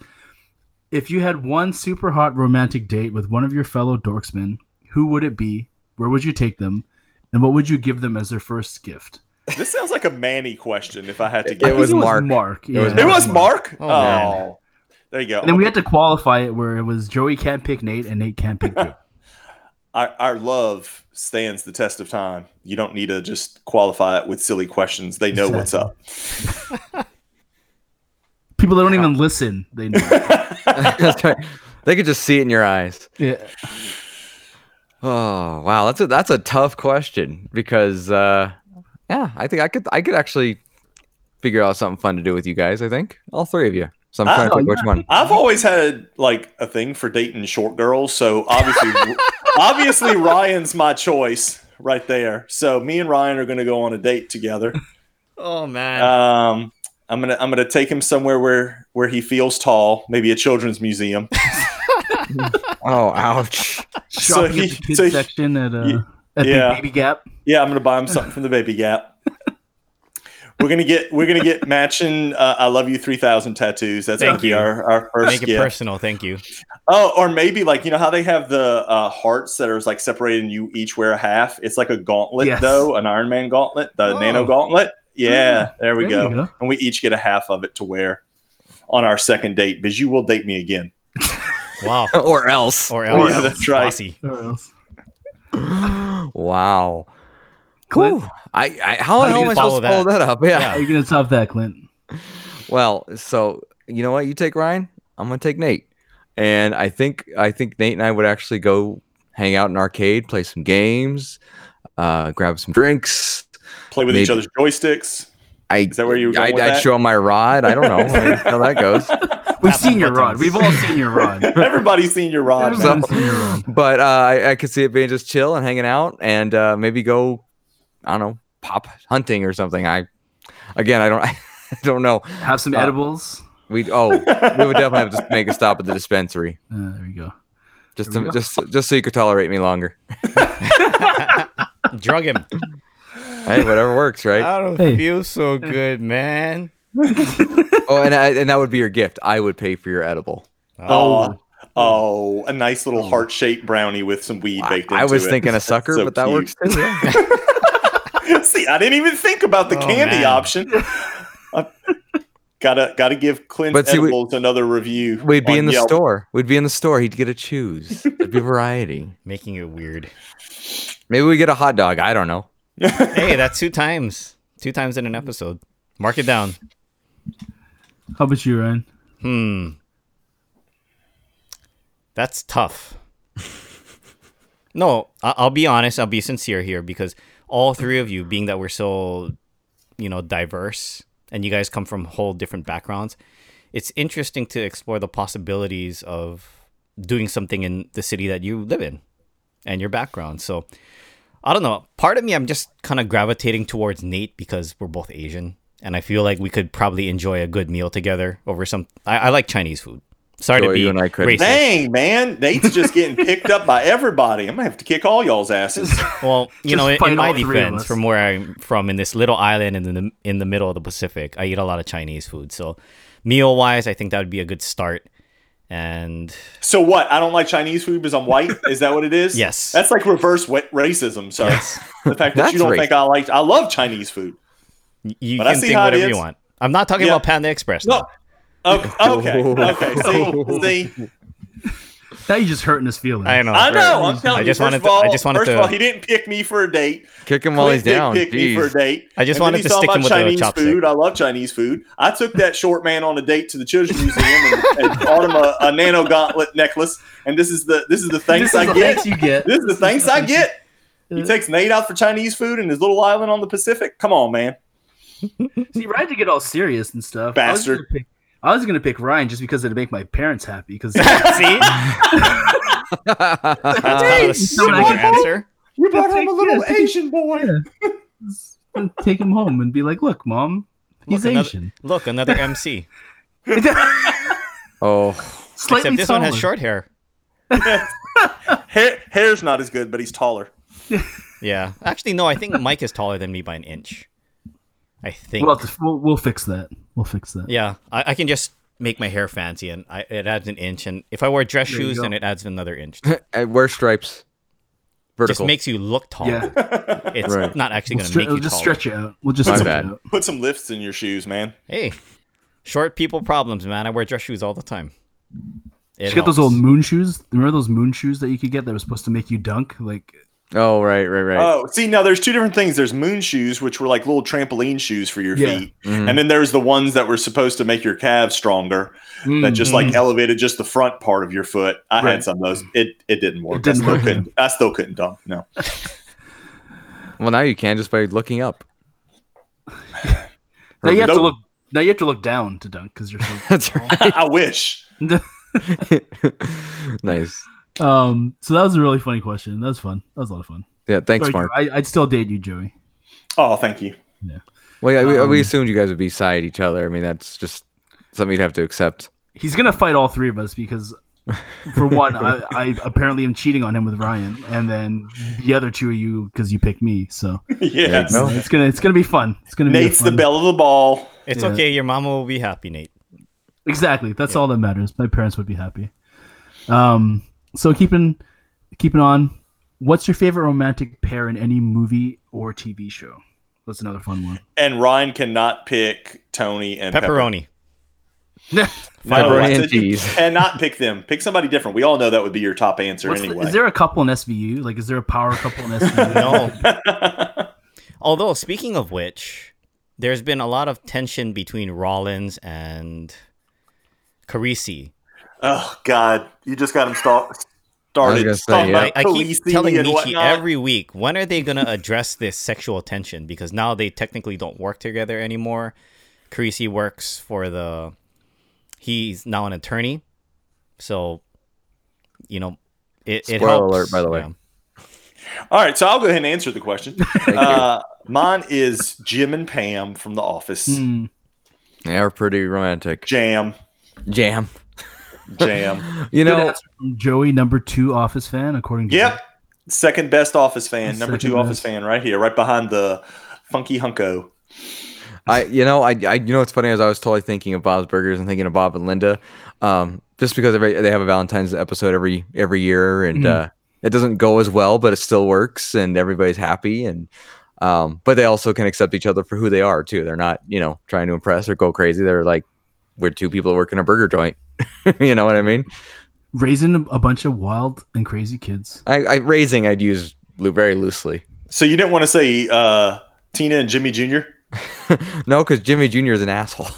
E: if you had one super hot romantic date with one of your fellow dorksmen, who would it be? Where would you take them? And what would you give them as their first gift?
F: This sounds like a Manny question. If I had to
C: It
E: I
F: guess,
E: think
C: was Mark.
E: Mark.
C: It was
E: yeah.
F: it was Mark.
A: Oh,
F: Oh,
A: man.
F: there you go.
E: And then we had to qualify it where it was Joey can't pick Nate and Nate can't pick Joe.
F: our, our love stands the test of time. You don't need to just qualify it with silly questions. They know what's up.
E: People that don't even listen, they know.
C: That's right. They could just see it in your eyes.
E: yeah.
C: Oh wow, that's a that's a tough question because uh, yeah, I think I could I could actually figure out something fun to do with you guys. I think all three of you. So I'm
F: Ah,
C: trying to
E: oh,
C: pick which one.
F: I've always had like a thing for dating short girls, so obviously, obviously Ryan's my choice right there. So me and Ryan are going to go on a date together.
A: Oh, man.
F: Um, I'm gonna I'm gonna take him somewhere where where he feels tall, maybe a children's museum.
C: Oh ouch.
E: Shopping
F: So
E: at
F: he-
E: the kids
F: so he-
E: section at, uh,
F: y-
E: at
F: yeah.
E: the Baby Gap.
F: Yeah, I'm gonna buy him something from the Baby Gap. We're gonna get we're gonna get matching. Uh, I love you three thousand tattoos. That's
A: Thank
F: gonna be
A: you.
F: our our first
A: Make it
F: gift.
A: personal. Thank you.
F: Oh, or maybe like you know how they have the uh, hearts that are like separated and you each wear a half. It's like a gauntlet
E: Yes.
F: though, an Iron Man gauntlet, the
A: Oh.
F: nano gauntlet. Yeah, there we
E: There you
F: go.
E: go.
F: And we each get a half of it to wear on our second date because you will date me again.
A: Wow.
C: or else.
A: Or else.
F: Yeah, that's right.
A: Bossy.
E: Or else.
C: wow.
E: Clint?
C: Whew. I, I how,
A: How
C: the
A: do
C: hell
A: you
C: am I
A: follow
C: supposed to follow that up? Yeah.
A: Yeah.
E: How are you going to top that, Clint?
C: Well, so you know what? You take Ryan. I'm gonna take Nate. And I think I think Nate and I would actually go hang out in an arcade, play some games, uh, grab some drinks.
F: Play with each
C: Maybe.
F: other's joysticks.
C: I
F: Is that where you were going
C: I'd,
F: with
C: I'd
F: that?
C: show him my rod. I don't know how that goes.
E: We've
A: Tap the
E: seen your rod.
A: buttons.
E: We've all seen your rod.
F: Everybody's seen your rod.
E: Everyone's
F: man.
C: So-
E: seen your rod.
C: But uh, I, I could see it being just chill and hanging out, and uh, maybe go, I don't know, pop hunting or something. I again, I don't, I don't know.
E: Have some
C: Uh,
E: edibles.
C: We oh, we would definitely have to make a stop at the dispensary.
E: Uh, there you go.
C: just
E: There
C: to,
E: we
C: just just so you could tolerate me longer.
A: Drug him.
C: Hey, whatever works, right?
A: don't
E: Hey.
A: feel so good, man.
C: oh, and I, and that would be your gift. I would pay for your edible.
F: Oh, oh, a nice little heart shaped brownie with some weed
C: I,
F: baked into
C: I was
F: it.
C: thinking a
F: That's
C: sucker,
F: so
C: but that
F: cute.
C: works too. yeah.
F: See, I didn't even think about the
A: Oh,
F: candy
A: man.
F: option. I- gotta gotta give Clint
C: But see, we-
F: Edibles another review.
C: We'd be
F: on
C: in the
F: Yelp.
C: store. We'd be in the store. He'd get to choose. There'd be variety.
A: Making it weird.
C: Maybe we get a hot dog. I don't know.
A: Hey, that's two times. Two times in an episode. Mark it down.
E: How about you, Ryan?
A: Hmm. That's tough. no, I- I'll be honest. I'll be sincere here because all three of you, being that we're so, you know, diverse and you guys come from whole different backgrounds, it's interesting to explore the possibilities of doing something in the city that you live in and your background. So, I don't know. Part of me, I'm just kind of gravitating towards Nate because we're both Asian, and I feel like we could probably enjoy a good meal together over some. I, I like Chinese food. Sorry
C: Joy,
A: to be
C: you and I couldn't.
A: racist.
F: Dang, man, Nate's just getting picked up by everybody. I'm gonna have to kick all y'all's asses.
A: Well, you
E: Just
A: know, in,
E: fight
A: in my
E: all three of
A: defense,
E: us.
A: from where I'm from, in this little island in the in the middle of the Pacific, I eat a lot of Chinese food. So, meal wise, I think that would be a good start. And
F: So what? I don't like Chinese food because I'm white. Is that what it is?
A: Yes.
F: That's like reverse wa- racism. Sorry, the fact that
C: That's
F: you don't
C: racist.
F: think I like. I love Chinese food.
A: you
F: But I
A: can
F: see
A: think
F: how it
A: whatever you
F: is.
A: want. I'm not talking
F: Yeah.
A: about Panda Express.
F: No.
A: now.
F: Okay, okay, okay. See, see,
E: Now you're just hurting his feelings.
A: I know.
F: I know. I'm telling
A: I
F: you.
A: just
F: first
A: wanted
F: of
A: to- I
F: all,
A: just wanted
F: first
A: to-
F: of all, he didn't pick me for a date.
C: Kick him while he's
F: Clint did
C: down.
F: pick me for a
C: Jeez.
F: date.
A: I just
F: And then
A: wanted
F: he
A: to
F: saw
A: stick
F: about
A: him with the
F: Chinese
A: chopstick.
F: food. I love Chinese food. I took that short man on a date to the children's museum and, and bought him a, a nano gauntlet necklace. And this is the this is the
E: This
F: thanks
E: is
F: I
E: the
F: get.
E: thanks you get.
F: This is the thanks I get. He
E: Uh,
F: takes Nate out for Chinese food in his little island on the Pacific. Come on, man.
E: See, Ryan to get all serious and stuff. I was
F: Bastard.
E: gonna pick- I was gonna pick Ryan just because it'd make my parents happy. Because
A: See? That's not a simple
E: Dang!
A: answer.
E: you
F: brought home a little Asian boy.
E: take him home and be like, "Look, mom, he's
A: Look, another-
E: Asian."
A: Look, another MC.
C: oh,
E: Slightly
A: Except this one has
E: taller.
A: short hair.
F: Hair, hair's not as good, but he's taller.
A: Yeah. Actually, no, I think Mike is taller than me by an inch. I think.
E: We'll, have to- we'll, we'll fix that. We'll fix that.
A: yeah. I, I can just make my hair fancy and I, it adds an inch. And if I wear dress
E: There you
A: shoes,
E: go.
A: then it adds another inch.
C: and wear stripes.
A: just
C: Vertical.
A: makes you look taller.
E: Yeah.
A: It's
C: Right.
A: not actually
E: We'll
A: going to
E: stre-
A: make
E: we'll
A: you
E: just
A: taller.
E: stretch it out. We'll just
C: My
E: stretch
C: bad.
E: it out.
F: Put some lifts in your shoes, man.
A: Hey, short people problems, man. I wear dress shoes all the time. It
E: She got those
A: helps.
E: old moon shoes. Remember those moon shoes that you could get that was supposed to make you dunk? Like
C: oh, right, right, right.
F: Oh, see, now there's two different things. There's moon shoes, which were like little trampoline shoes for your
E: Yeah.
A: Mm-hmm.
F: feet,
C: Mhm.
F: and then there's the ones that were supposed to make your calves stronger.
E: mm.
F: That just like elevated just the front part of your foot. I
E: Mm-hmm. Right. Mm-hmm.
F: had some of those. It it didn't work.
E: It didn't
F: I still
E: work.
F: couldn't. I still couldn't dunk. No.
C: Well, now you can just by looking up.
E: now you have to
F: Nope.
E: look. Now you have to look down to dunk because you're. So...
C: That's right.
F: I wish.
C: nice.
E: um. So that was a really funny question. That was fun. That was a lot of fun.
C: Yeah, thanks,
E: Sorry,
C: Mark.
E: Joey. I, I'd still date you, Joey.
F: Oh, thank you.
C: Well, yeah, we,
E: Um,
C: we assumed you guys would be side each other. I mean, that's just something you'd have to accept.
E: He's gonna fight all three of us because, for one, I, I apparently am cheating on him with Ryan, and then the other two of you because you picked me. So
C: There
F: Yeah.
C: you go.
E: it's gonna it's gonna be fun. It's gonna be a
F: Nate's the
E: fun-
F: bell of the ball.
A: It's
E: Yeah.
A: okay. Your mama will be happy, Nate.
E: Exactly. That's all that matters. My parents would be happy. Um, so keeping keeping on. What's your favorite romantic pair in any movie or TV show? That's another fun one.
F: And Ryan cannot pick Tony and Pepper.
A: Pepperoni.
F: No,
C: Pepperoni
F: I
C: and
F: said you
C: cheese.
F: Cannot pick them. Pick somebody different. We all know that would be your top answer
E: What's the-
F: anyway.
E: is there a couple in SVU? Like, is there a power couple in SVU?
A: No. Although, speaking of which, there's been a lot of tension between Rollins and Carisi.
F: oh God, you just got him sta-
C: I was
F: started.
C: gonna say,
F: Talking
C: yeah.
A: I,
F: about
A: I keep
F: Khaleesi
A: telling
F: and
A: Nietzsche
F: whatnot.
A: every week, when are they going to address this sexual tension? Because now they technically don't work together anymore. Carisi works for the. He's now an attorney. So, you know, it, it
C: Spoiler
A: helps.
C: alert, by the way.
A: yeah.
F: All right, so I'll go ahead and answer the question.
C: Thank
F: Uh, mine is Jim and Pam from The Office.
E: Hmm.
C: you. They are pretty romantic.
F: Jam,
C: Jam.
F: jam.
C: You
E: Good
C: know,
E: answer from Joey, number two Office fan, according to
F: yep, second best Office fan, number two
E: Second
F: Office
E: best.
F: fan, right here, right behind the funky hunko.
C: I you know I, I you know what's funny is I was totally thinking of Bob's Burgers and thinking of Bob and Linda, um, just because every, they have a Valentine's episode every every year and
E: Mhm.
C: uh, it doesn't go as well, but it still works and everybody's happy and um, but they also can accept each other for who they are too. They're not you know trying to impress or go crazy. They're like we're two people that work in a burger joint. you know what I mean?
E: raising a- a bunch of wild and crazy kids.
C: I, I raising I'd use loo- very loosely.
F: So you didn't want to say uh, Tina and Jimmy Jr.
C: No, because Jimmy Jr. is an asshole.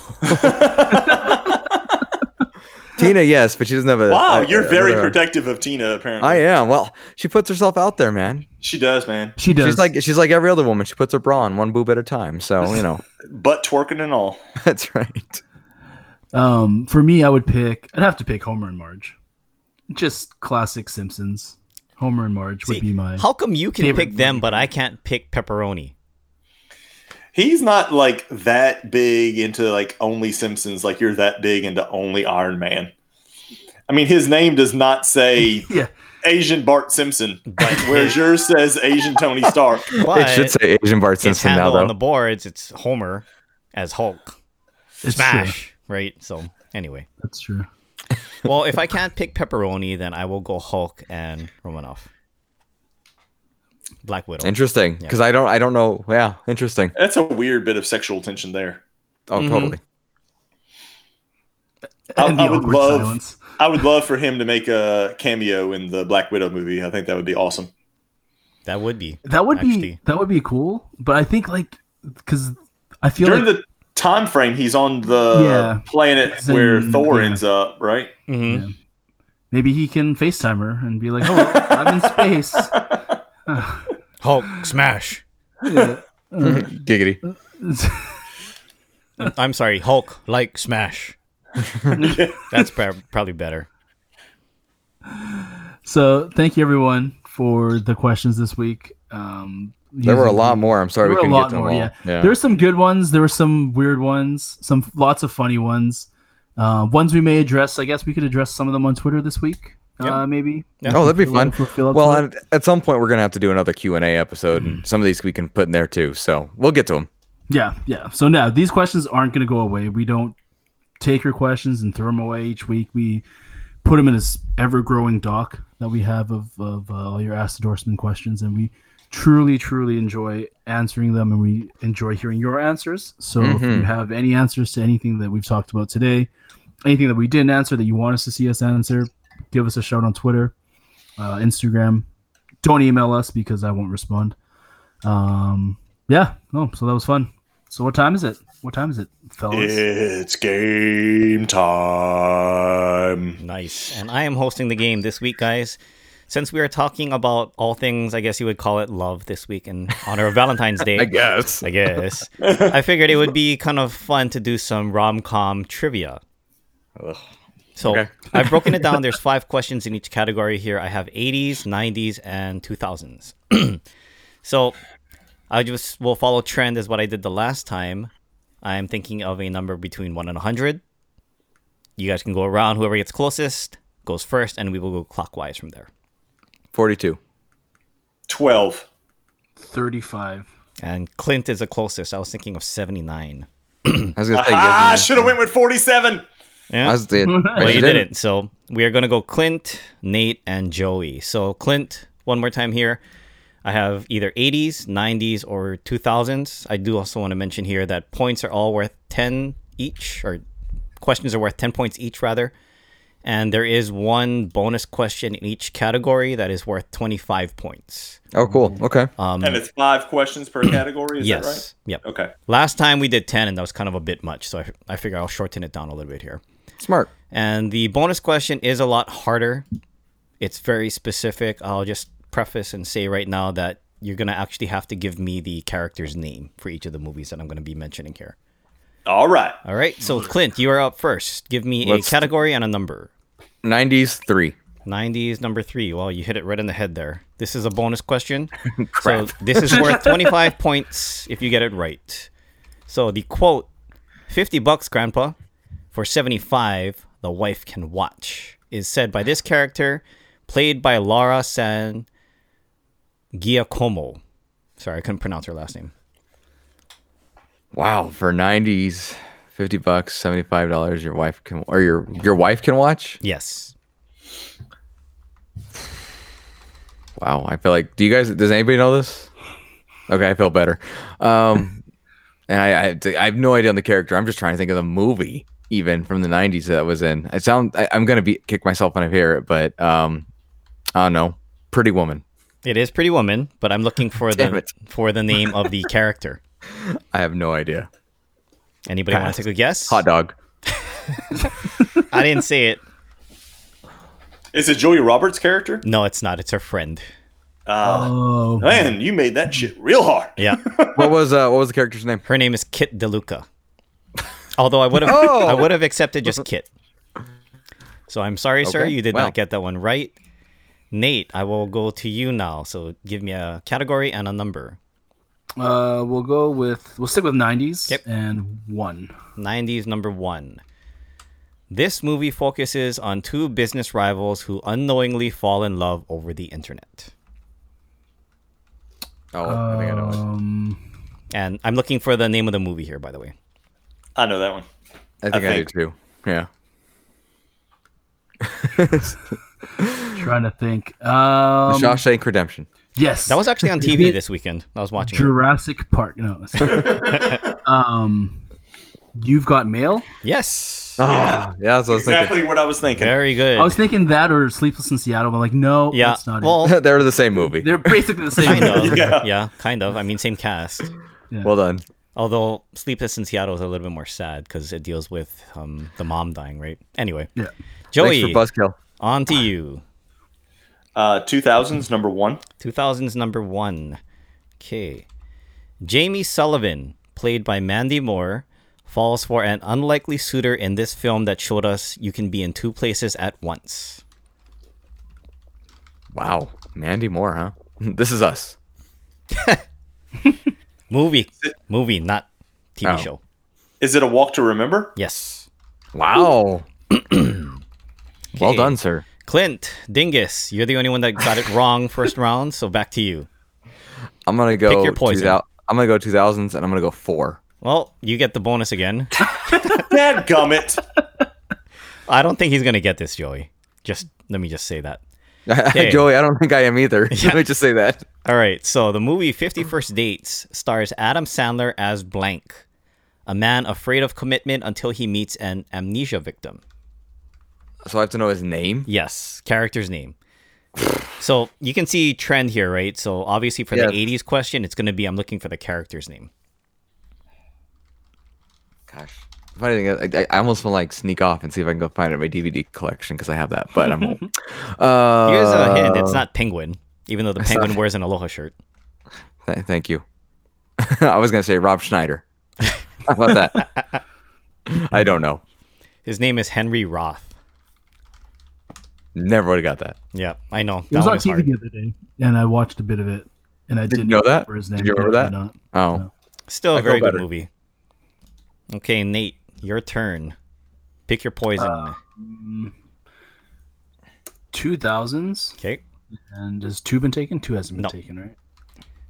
C: Tina, yes, but she doesn't have a.
F: Wow,
C: a-
F: you're very
C: another-
F: protective of Tina. Apparently,
C: I am. Well, she puts herself out there, man.
F: She does, man.
E: She does.
C: She's like she's like every other woman. She puts her bra on one boob at a time. So you know
F: Butt twerking and all.
C: that's right.
E: um, for me, I would pick. I'd have to pick Homer and Marge. Just classic Simpsons. Homer and Marge would
A: See,
E: be my.
A: How come you can
E: Favorite
A: pick them, but I can't pick pepperoni?
F: He's not like that big into like only Simpsons. Like you're that big into only Iron Man. I mean, his name does not say
E: Yeah.
F: Asian Bart Simpson, whereas yours says Asian Tony Stark.
A: But
C: it should say Asian Bart
A: it's
C: Simpson now
A: handle on the
C: though.
A: boards. It's Homer as Hulk.
E: It's True.
A: Smash, right? So anyway,
E: That's true.
A: well, if I can't pick pepperoni, then I will go Hulk and Romanoff. Black Widow.
C: Interesting, because I don't I don't know. Yeah, interesting.
F: That's a weird bit of sexual tension there.
C: Oh,
E: Mm-hmm.
A: Mhm.
C: totally.
F: I,
E: And the
F: I would
E: awkward
F: love,
E: silence.
F: I would love for him to make a cameo in the Black Widow movie. I think that would be awesome.
A: that would be.
E: That would
A: actually.
E: be that would be cool, but I think like because I feel
F: During
E: like
F: the time frame, he's on the
E: Yeah.
F: planet
E: He's
F: where
E: in-
F: Thor
E: yeah.
F: ends up, right?
A: Mhm.
E: maybe he can Facetime her and be like, "Oh, I'm in space." Uh,
A: Hulk smash.
E: yeah.
C: Giggity.
A: I'm sorry, Hulk like smash. That's prob- probably better.
E: So thank you everyone for the questions this week. Um,
C: There were a
E: using-
C: lot more. I'm sorry we
E: There were
C: couldn't
E: a
C: get
E: lot
C: to them
E: more,
C: all.
E: yeah.
C: yeah.
E: There were some good ones. There were some weird ones. Some lots of funny ones. Uh, ones we may address. I guess we could address some of them on Twitter this week.
A: Yeah.
E: Uh, maybe.
A: Yeah.
C: Oh, that'd be
E: If we-
C: fun.
E: if we feel up to
C: Well,
E: it.
C: and at some point we're gonna have to do another Q and A episode, and some of these we can put in there too. So we'll get to them.
E: Yeah, yeah. So now these questions aren't going to go away. We don't take your questions and throw them away each week. We put them in this ever-growing doc that we have of, of uh, all your Ask the Dorseman questions, and we truly, truly enjoy answering them, and we enjoy hearing your answers. So if you
C: Mhm.
E: have any answers to anything that we've talked about today, anything that we didn't answer that you want us to see us answer, give us a shout on Twitter, uh, Instagram. Don't email us because I won't respond. Um, yeah, no, so that was fun. So what time is it? What time is it, fellas?
F: It's game time.
A: Nice. And I am hosting the game this week, guys. Since we are talking about all things, I guess you would call it love this week in honor of Valentine's Day.
C: I guess.
A: I guess. I figured it would be kind of fun to do some rom com trivia. So
C: Okay.
A: I've broken it down. There's five questions in each category here. I have 80s, 90s, and 2000s. so I just will follow trend as what I did the last time. I am thinking of a number between 1 and 100. You guys can go around. Whoever gets closest goes first, and we will go clockwise from there.
C: Forty-two.
F: 12.
E: Thirty-five.
A: And Clint is the closest. I was thinking of 79.
C: I was gonna say.
F: Ah, I
C: yes,
F: should have went with 47.
A: Yeah.
C: I was did.
E: Well,
A: Well,
C: I
A: you
C: didn't.
A: didn't. So we are going to go Clint, Nate, and Joey. So Clint, one more time here. I have either 80s, 90s, or 2000s. I do also want to mention here that points are all worth 10 each, or questions are worth 10 points each, rather. And there is one bonus question in each category that is worth 25 points.
C: Oh, cool. Okay.
A: Um,
F: And it's five questions per category. Is
A: yes.
F: that right?
A: Yep.
F: Okay.
A: Last time we did 10, and that was kind of a bit much. So I, I figure I'll shorten it down a little bit here.
C: Smart.
A: And the bonus question is a lot harder. It's very specific. I'll just preface and say right now that you're going to actually have to give me the character's name for each of the movies that I'm going to be mentioning here.
F: All right.
A: All right. So, Clint, you are up first. Give me
C: Let's-
A: a category and a number.
C: Nineties three.
A: 90s number three. Well, you hit it right in the head there. This is a bonus question. so, this is worth 25 points if you get it right. So, the quote 50 bucks, Grandpa. For 75, the wife can watch is said by this character, played by Laura San Giacomo. Sorry, I couldn't pronounce her last name.
C: Wow. For nineties, fifty bucks, seventy-five dollars. Your wife can, or your your wife can watch.
A: Yes.
C: Wow, I feel like do you guys does anybody know this? Okay, I feel better. Um and I, I I have no idea on the character. I'm just trying to think of the movie even from the 90s that I was in. I sound I, I'm going to be kick myself when I hear it, but um I don't know. Pretty Woman.
A: It is Pretty Woman, but I'm looking for
C: Damn
A: the
C: it.
A: for the name of the character.
C: I have no idea.
A: Anybody want to take a guess?
C: Hot dog.
A: I didn't say it.
F: Is it Julia Roberts' character?
A: No, it's not. It's her friend.
F: Uh,
E: Oh,
F: man, you made that shit real hard.
A: Yeah.
C: What was uh what was the character's name?
A: Her name is Kit DeLuca. Although I would have
C: Oh!
A: I would have accepted
E: Uh-huh.
A: just Kit. So I'm sorry, sir,
C: Okay,
A: you did
C: wow.
A: not get that one right. Nate, I will go to you now. So give me a category and a number.
E: uh, we'll go with we'll stick with nineties
A: Yep.
E: and one.
A: 90s number 1. This movie focuses on two business rivals who unknowingly fall in love over the internet.
C: Oh, I think I know it.
E: Um,
A: And I'm looking for the name of the movie here, by the way.
F: I know that one.
C: I think I,
F: think-
C: do too. Yeah.
E: trying to think. Um,
C: Shawshank Redemption.
E: yes,
A: That was actually on TV this weekend. I was watching it.
E: Jurassic Park. No, it's- um, you've got mail.
A: Yes.
C: Oh, yeah, that's what I was
F: Exactly what I was thinking.
A: Very good.
E: I was thinking that or Sleepless in Seattle, but like, no,
A: yeah.
E: that's not
A: Well,
C: thinking. they were the same
E: it.
C: movie.
E: They're basically the same.
A: kind of. yeah.
F: Yeah.
A: kind of. I mean, same cast.
C: Well done.
A: Although Sleepless in Seattle is a little bit more sad because it deals with um, the mom dying, right? Anyway,
E: Yeah.
A: Joey,
C: Thanks for Buzzkill.
A: on to you.
F: Uh, 2000s, number one.
A: 2000's number one. Okay. Jamie Sullivan, played by Mandy Moore, falls for an unlikely suitor in this film that showed us you can be in two places at once.
C: Wow, Mandy Moore, huh? This is us.
A: Movie, movie, not TV
C: Oh.
A: show.
F: Is it a walk to remember?
A: Yes.
C: Wow. well
A: Okay.
C: done, sir.
A: Clint, Dingus, you're the only one that got it wrong first round, so back to you.
C: I'm gonna go.
A: your poison.
C: 2000 I'm gonna go 2000s, and I'm gonna go four.
A: Well, you get the bonus again.
F: Dad gummit.
A: I don't think he's gonna get this, Joey. Just let me just say that.
C: Joey, I don't think I am either. Let me just say that.
A: All right, so the movie 51st Dates stars Adam Sandler as blank, a man afraid of commitment until he meets an amnesia victim.
C: So I have to know his name.
A: Yes, character's name. So you can see trend here, right? So obviously for
C: Yes.
A: the 80s question, it's going to be I'm looking for the character's name.
C: Gosh, funny thing, is, I, I almost want to like sneak off and see if I can go find it in my DVD collection because I have that, but I'm. won't. Uh,
A: Here's a hint, it's not Penguin, even though the Penguin wears an Aloha shirt.
C: th- thank you. I was gonna say Rob Schneider. How about that? I don't know.
A: His name is Henry Roth.
C: Never would have got that.
A: Yeah, I know.
E: It
A: That
E: was
A: one
E: on
A: was
E: TV
A: hard.
E: the other day, and I watched a bit of it, and I
C: Did you
E: didn't
C: know that?
E: remember his
C: Did
E: name.
C: you remember
E: I
C: that?
E: did not.
C: Oh,
E: No.
A: Still
C: I
A: a
C: feel
A: very good
C: better.
A: movie. Okay, Nate, your turn. Pick your poison.
C: Uh.
E: Two thousands,
A: okay.
E: and has two been taken? Two hasn't been
A: No.
E: taken, right?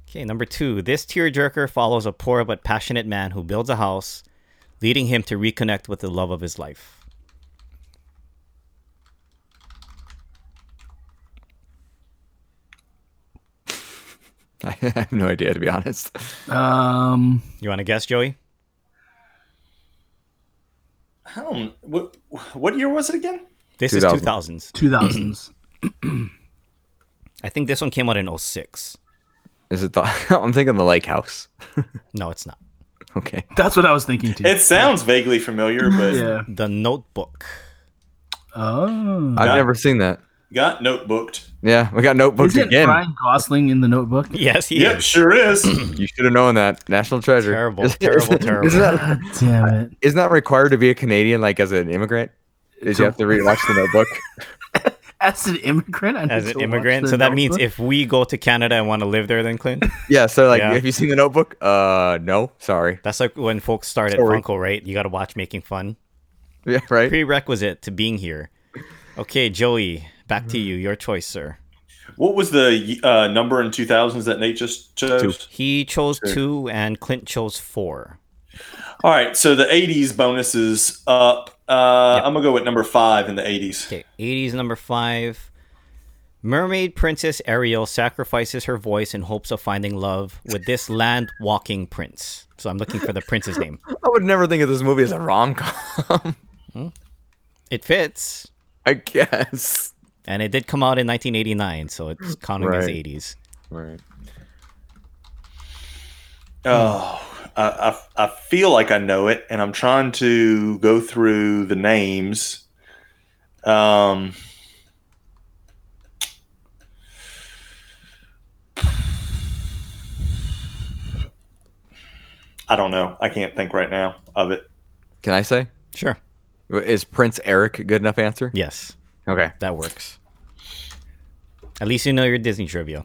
A: Okay, number two. This tearjerker follows a poor but passionate man who builds a house, leading him to reconnect with the love of his life.
C: I have no idea to be honest.
E: Um,
A: You want to guess, Joey?
F: I don't. Oh, What, what year was it again?
A: This is
C: 2000.
A: 2000s.
E: two thousands.
A: I think this one came out in 06.
C: Is it the? I'm thinking the Lake House.
A: No, it's not.
C: Okay.
E: That's what I was thinking too.
F: It sounds vaguely familiar, but
E: yeah.
A: The Notebook.
E: Oh.
C: I've
F: Yeah.
C: never seen that.
F: got notebooked.
C: Yeah, we got notebooks
E: Isn't
C: again.
E: Ryan Gosling in the Notebook?
A: Yes, he
F: Yep,
A: is.
F: sure is.
C: You should have known that. National treasure.
A: Terrible, terrible, terrible.
C: Isn't that,
E: God damn it!
C: isn't that required to be a Canadian, like as an immigrant? Did you have to rewatch the notebook?
E: As an immigrant, I need
A: As
E: to
A: an
E: watch
A: immigrant.
E: The
A: So that means
E: Notebook?
A: if we go to Canada and want to live there, then Clint?
C: Yeah, so like
A: Yeah.
C: have you seen the notebook? Uh no, sorry.
A: That's like when folks start at
C: Sorry.
A: Funko, right? You got to watch Making Fun.
C: Yeah, right?
A: Prerequisite to being here. Okay, Joey, back to you. Your choice, sir.
F: What was the uh, number in 2000s that Nate just chose?
A: He chose two and Clint chose four.
F: All right, so the 80s bonus is up. Uh, I'm going to go with number five in the 80s.
A: Okay, 80s number five. Mermaid Princess Ariel sacrifices her voice in hopes of finding love with this land walking prince. So I'm looking for the prince's name.
C: I would never think of this movie as a rom com.
A: It fits.
C: I guess.
A: And it did come out in 1989, so it's counting as
C: Right.
A: 80s.
C: Right.
F: Oh, I, I, I feel like I know it, and I'm trying to go through the names. Um, I don't know. I can't think right now of it.
C: Can I say?
A: Sure.
C: Is Prince Eric a good enough answer?
A: Yes,
C: Okay.
A: that works. At least you know your Disney trivia.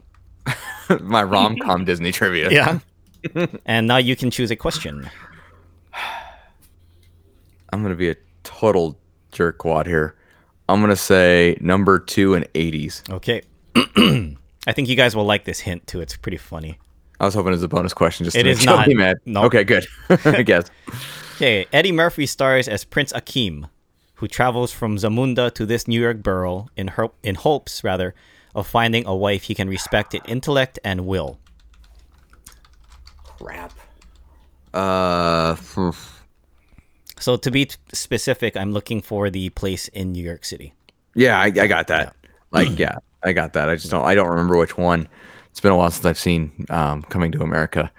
C: My rom com Disney trivia.
A: Yeah. and now you can choose a question.
C: I'm gonna be a total jerkwad here. I'm gonna say number two in eighties.
A: Okay. I think you guys will like this hint too. It's pretty funny.
C: I was hoping it was a bonus question just
A: It
C: to
A: is
C: make Joey
A: not.
C: mad.
A: No.
C: Okay, good. I guess.
A: Okay, Eddie Murphy stars as Prince Akeem, who travels from Zamunda to this New York borough in her- in hopes rather of finding a wife he can respect in intellect and will.
C: Crap. Uh phew.
A: So to be t- specific, I'm looking for the place in New York City.
C: yeah, I, I got that. Like yeah, I got that. I just don't I don't remember which one. It's been a while since I've seen um coming to America.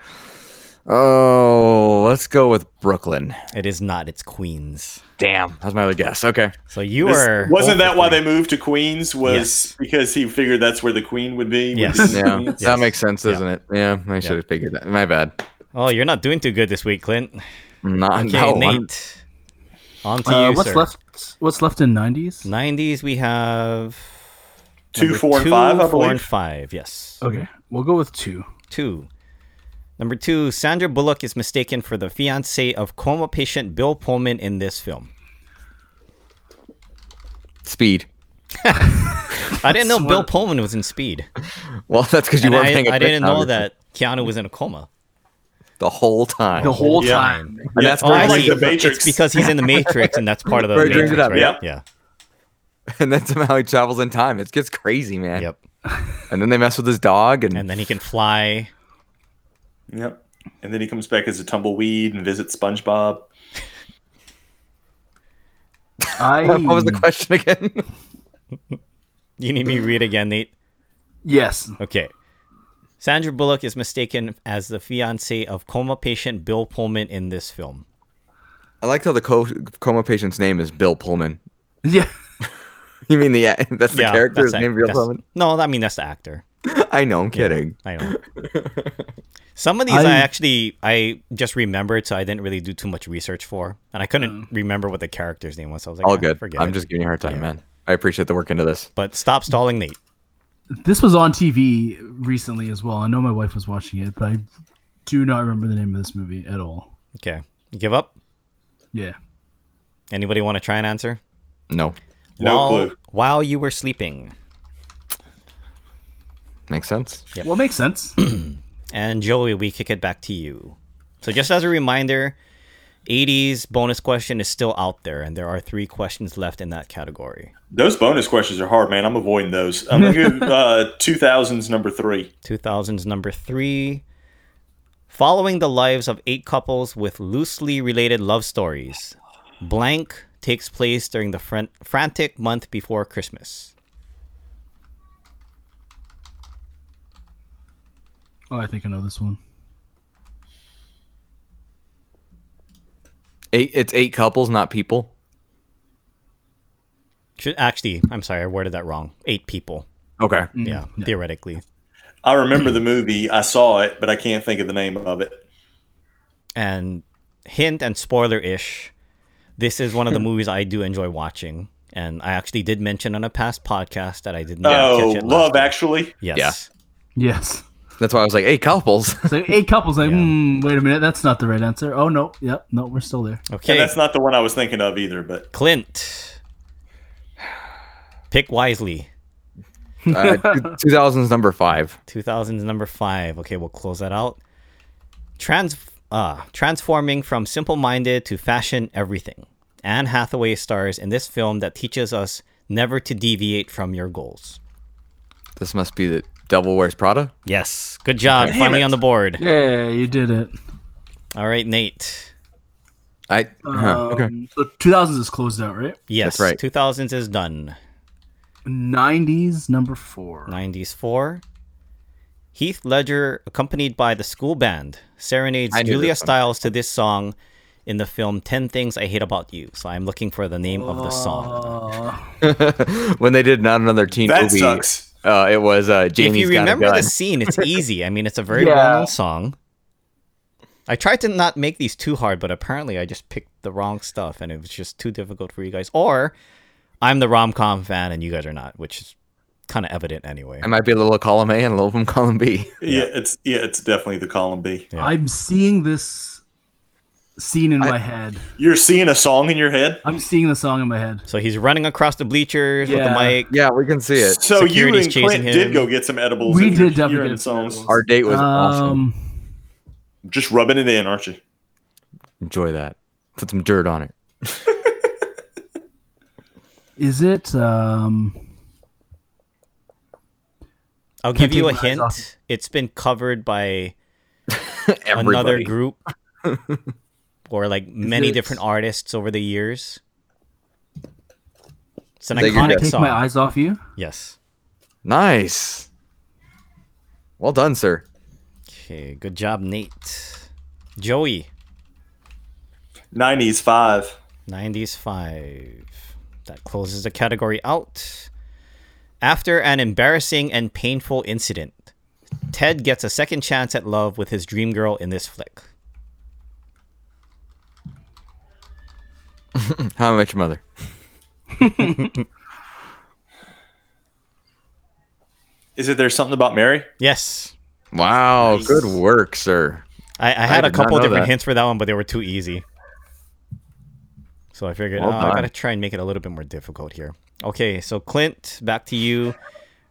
C: Oh, let's go with Brooklyn.
A: It is not. It's Queens.
C: Damn. That's my other guess. Okay.
A: So you
F: This-
A: are
F: wasn't
A: oh,
F: that why they moved to Queens? Was
A: Yes.
F: because he figured that's where the Queen would be? would
A: Yes.
F: be in
C: Yeah.
F: Queens?
C: That makes sense, doesn't it? Yeah, I should have figured that. My bad.
A: Oh, you're not doing too good this week, Clint.
C: Not
A: Okay,
C: no, I'm-
A: Nate. On to
E: Uh,
A: you,
E: what's
A: sir.
E: left? What's left in nineties?
A: 90s, we have
F: Two,
A: number
F: four, and five, I
A: four, and
F: believe.
A: five. Yes,
E: Okay, we'll go with two.
A: two. Number two, Sandra Bullock is mistaken for the fiance of coma patient Bill Pullman in this film.
C: Speed.
A: I didn't know
E: That's
A: Bill
E: what-
A: Pullman was in Speed.
C: Well, that's because you
A: And
C: weren't
A: I,
C: paying
A: I
C: attention.
A: didn't know
C: obviously,
A: that Keanu was in a coma.
C: the whole time.
E: The whole
F: Yeah.
E: time.
C: and that's
A: Oh,
C: where
A: I
F: like
A: see.
F: the Matrix.
A: It's because he's in the Matrix, and that's part of the
C: Where he
A: Matrix,
C: brings it up,
A: right?
F: yep.
A: Yeah.
C: and that's how he travels in time. It gets crazy, man.
A: Yep.
C: And then they mess with his dog, and,
A: And then he can fly.
F: Yep. And then he comes back as a tumbleweed and visits SpongeBob.
E: I
C: what was the question again?
A: You need me to read again, Nate?
E: Yes.
A: Okay. Sandra Bullock is mistaken as the fiance of coma patient Bill Pullman in this film.
C: I like how the co- coma patient's name is Bill Pullman.
E: Yeah.
C: You mean the that's the character's
A: that's
C: name,
A: act-
C: Bill
A: that's-
C: Pullman?
A: No, I mean that's the actor.
C: I know, I'm kidding.
A: I know. Some of these I,
E: I-
A: actually I just remembered, so I didn't really do too much research for, and I couldn't remember what the character's name was. So I was like,
C: Oh. All
A: "Ah,
C: good.
A: Forget
C: I'm
A: it."
C: just giving you a hard time,
A: Yeah.
C: man. I appreciate the work into this.
A: But stop stalling, Nate.
E: This was on TV recently as well. I know my wife was watching it, but I do not remember the name of this movie at all.
A: Okay, you give up.
E: Yeah.
A: Anybody want to try and answer?
C: No,
F: No
A: while,
F: clue.
A: While you were sleeping,
C: makes sense.
E: Well, it makes sense.
A: and Joey, we kick it back to you. So just as a reminder, 80s bonus question is still out there, and there are three questions left in that category.
F: Those bonus questions are hard, man. I'm avoiding those. I'm going to uh, 2000s number three.
A: 2000's number three. Following the lives of eight couples with loosely related love stories, blank takes place during the fran- frantic month before Christmas.
E: oh, I think I know this one.
C: Eight, it's eight couples, not people.
A: Should, actually, I'm sorry, I worded that wrong. Eight people.
C: Okay,
F: Mm-hmm.
A: Yeah, theoretically.
F: I remember the movie. I saw it, but I can't think of the name of it.
A: And hint and spoiler ish, this is one of the movies I do enjoy watching. And I actually did mention on a past podcast that I did not
F: oh,
A: catch it.
F: Love
A: last
F: Actually.
A: time. Yes.
C: Yeah.
E: Yes.
C: that's why I was like eight couples.
E: So eight couples. Like,
A: Yeah.
E: hmm, wait a minute, that's not the right answer. Oh no, yep, no, we're still there.
A: Okay.
F: And that's not the one I was thinking of either, but
A: Clint. Pick wisely.
C: Uh, Two thousands number five.
A: 2000's number five. Okay, we'll close that out. Trans uh, transforming from simple minded to fashion everything. Anne Hathaway stars in this film that teaches us never to deviate from your goals.
C: This must be the Devil Wears Prada.
A: Yes, good job. Finally
F: it.
A: on the board.
E: Yeah, you did it.
A: All right, Nate.
C: I huh, Uh-huh. okay.
E: Um, So two thousands is closed out, right?
A: Yes,
C: That's right.
A: 2000s is done.
E: Nineties number four.
A: 90s four. Heath Ledger, accompanied by the school band, serenades
C: I knew
A: Julia
C: this one.
A: Stiles to this song in the film 10 Things I Hate About You. So I'm looking for the name of the
C: Oh.
A: song.
E: Uh,
C: when they did not another teen
F: that
C: movie,
F: sucks.
C: Uh, it was uh,
A: If
C: Jamie's Got
A: you
C: a
A: remember
C: Gun.
A: the scene, it's easy. I mean, it's a very
E: Yeah.
A: well known song. I tried to not make these too hard, but apparently I just picked the wrong stuff and it was just too difficult for you guys. Or I'm the rom com fan and you guys are not, which is kind of evident anyway.
C: I might be a little column A and a little from column B.
F: Yeah, it's yeah, it's definitely the column B.
A: Yeah.
E: I'm seeing this scene in my head.
F: You're seeing a song in your head.
E: I'm seeing the song in my head.
A: So he's running across the bleachers with the
E: Yeah.
A: mic.
C: Yeah, we can see it.
F: So you
A: Security's
F: and Clint
A: chasing him.
F: did go get some edibles.
E: We
F: and
E: did
F: you're-
E: definitely
F: you're
E: get
F: in
E: some
F: songs.
E: edibles.
C: Our date was awesome.
E: Um,
F: Just rubbing it in, aren't you?
C: Enjoy that. Put some dirt on it.
E: is it? Um,
A: I'll
E: Can't
A: give you a
E: take my eyes
A: hint.
E: off
A: It's been covered by another
C: Everybody.
A: group or like many
E: it-
A: different artists over the years. It's an
C: Take your
A: iconic
C: guess.
E: take
A: song.
E: my eyes off you.
A: Yes.
C: Nice. Well done, sir.
A: Okay, good job, Nate. Joey,
F: 90s five.
A: 90s 5. That closes the category out. After an embarrassing and painful incident, Ted gets a second chance at love with his dream girl in this flick.
C: How much mother?
F: Is it there something about Mary?
A: Yes.
C: Wow,
G: Nice.
C: good work, sir.
A: I, I had a
C: did not
A: couple
C: know
A: different
C: that.
A: hints for that one, but they were too easy. So I figured
C: Well
A: oh, I
C: done.
A: gotta try and make it a little bit more difficult here. Okay, so Clint, back to you.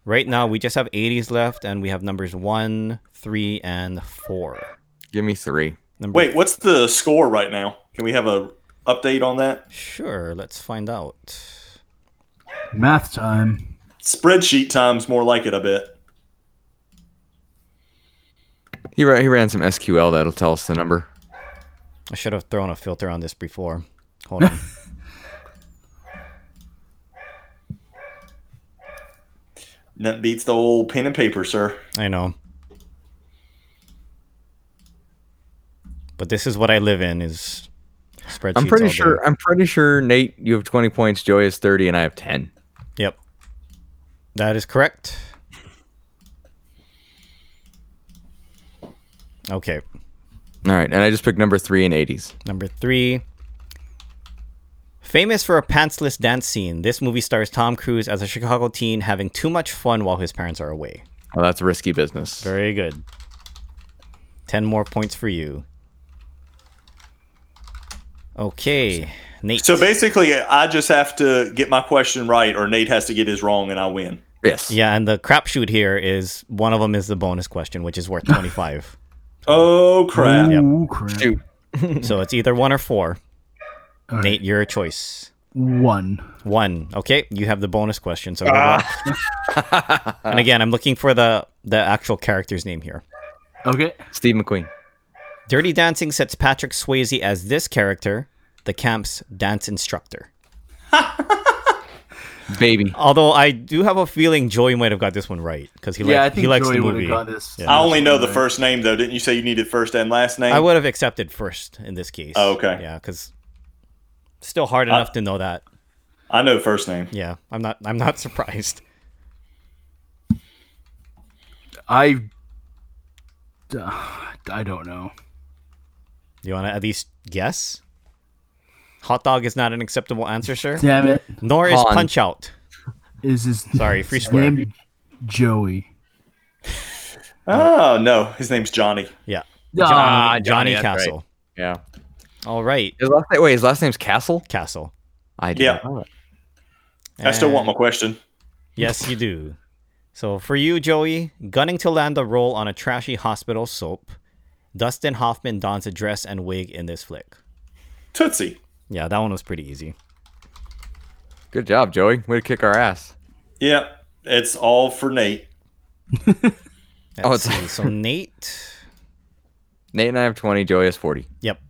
A: Right now we just have 80s left, and we have numbers one, three, and four.
C: Give me three.
A: Number
F: Wait, what's the score right now? Can we have a update on that
A: Sure, let's find out.
E: Math time.
F: spreadsheet? Times more like it a bit.
C: He ran, he ran some SQL that'll tell us the number.
A: I should have thrown a filter on this before. Hold on.
F: Nothing beats the old pen and paper, sir.
A: I know. But this is what I live in is spreadsheets.
C: I'm pretty
A: all day.
C: sure. I'm pretty sure Nate, you have 20 points. Joey is 30, and I have 10.
A: Yep. That is correct. Okay.
C: All right, and I just picked number three in 80s.
A: Number three. Famous for a pantsless dance scene, this movie stars Tom Cruise as a Chicago teen having too much fun while his parents are away.
C: Oh, that's risky business.
A: Very good. 10 more points for you. Okay. Nate.
F: So basically, I just have to get my question right, or Nate has to get his wrong, and I win.
C: Yes.
A: yeah, and the crapshoot here is one of them is the bonus question, which is worth 25.
F: Oh crap!
E: Ooh, crap.
C: Shoot.
A: so it's either one or four.
E: All right.
A: Nate, your choice.
E: One.
A: One. Okay, you have the bonus question. So, good
E: Ah.
A: luck. and again, I'm looking for the the actual character's name here.
E: Okay.
C: Steve McQueen.
A: Dirty Dancing sets Patrick Swayze as this character, the camp's dance instructor.
C: Baby.
A: Although I do have a feeling Joey might have got this one right because he
E: yeah, I
A: likes
E: think
A: he likes
E: Joey
A: the
E: would've
A: movie.
E: got this.
A: Yeah.
F: I only know the first name though. Didn't you say you needed first and last name?
A: I would have accepted first in this case.
F: Oh, okay.
A: Yeah, because still
E: Uh,
A: hard enough to know that.
F: I know first name.
A: Yeah, I'm not. I'm not surprised.
E: I. Uh, I don't know.
A: You want to at least guess? Hot dog is not an acceptable answer, sir.
E: Damn it!
A: Nor is
C: Han.
A: punch out.
E: Is his
A: Sorry, free
E: his
A: square.
E: name Joey?
F: Oh no, his name's Johnny.
A: Yeah.
E: Ah,
C: Johnny,
A: Johnny,
C: that's right.
A: Castle.
C: Yeah.
A: All right,
C: His last name, wait, his last name's Castle.
A: Castle.
C: I do.
F: Yeah. I still want my
A: And-
F: question.
A: Yes, you do. So for you, Joey, gunning to land a role on a trashy hospital soap, Dustin Hoffman dons a dress and wig in this flick.
F: Tootsie.
A: Yeah, that one was pretty easy.
C: Good job, Joey. Way to kick our ass.
F: Yep, it's all for Nate.
A: Let's
C: Oh, it's-
A: see. so Nate.
C: Nate and I have 20. Joey has 40.
A: Yep.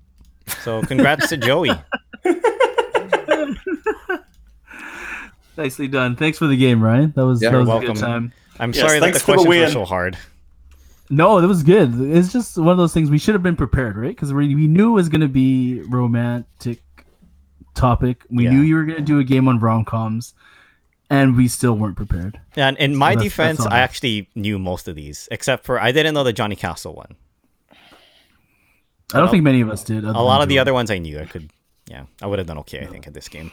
A: So congrats to Joey.
E: Nicely done. Thanks for the game, Ryan. That was
C: Yeah,
E: that
C: you're
E: was a
A: welcome.
E: good time.
A: I'm
F: Yes,
A: sorry that the
F: thanks for the
A: questions were
F: win.
A: so hard.
E: No, that was good. It's just one of those things we should have been prepared, right? Because we, we knew it was going to be romantic topic. We
A: Yeah.
E: knew you were going to do a game on rom coms, and we still weren't prepared.
A: And in my
E: that's- that's
A: defense,
E: all
A: I
E: right.
A: actually knew most of these, except for I didn't know the Johnny Castle one.
E: I don't think many of us did.
A: A lot of the other ones I knew. I could, yeah, I would have done okay, I think, at this game.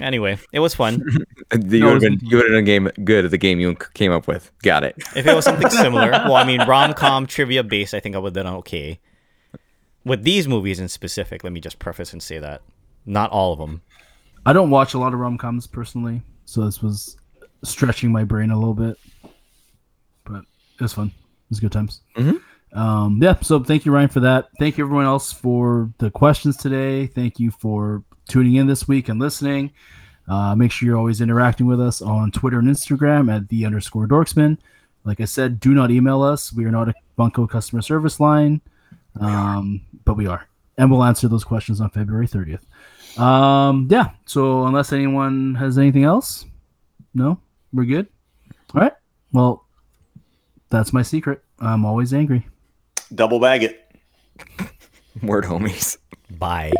A: Anyway, it was fun.
C: You
E: No,
C: would have
E: it was-
C: been you would have done game good at the game you came up with. Got it.
A: If it was something similar, well, I mean, rom com trivia based, I think I would have done okay. With these movies in specific, let me just preface and say that not all of them.
E: I don't watch a lot of rom coms personally, so this was stretching my brain a little bit, but it was fun. It was good times.
C: Mhm.
A: Mm-hmm.
E: Um, yeah. So thank you, Ryan, for that. Thank you, everyone else, for the questions today. Thank you for tuning in this week and listening. Uh, make sure you're always interacting with us on Twitter and Instagram at the underscore dorksman. Like I said, do not email us. We are not a Bunko customer service line, um, but we are, and we'll answer those questions on February 30th. Um, yeah. So unless anyone has anything else, no, we're good. All right. Well, that's my secret. I'm always angry.
F: Double bag it.
C: Word homies.
A: Bye.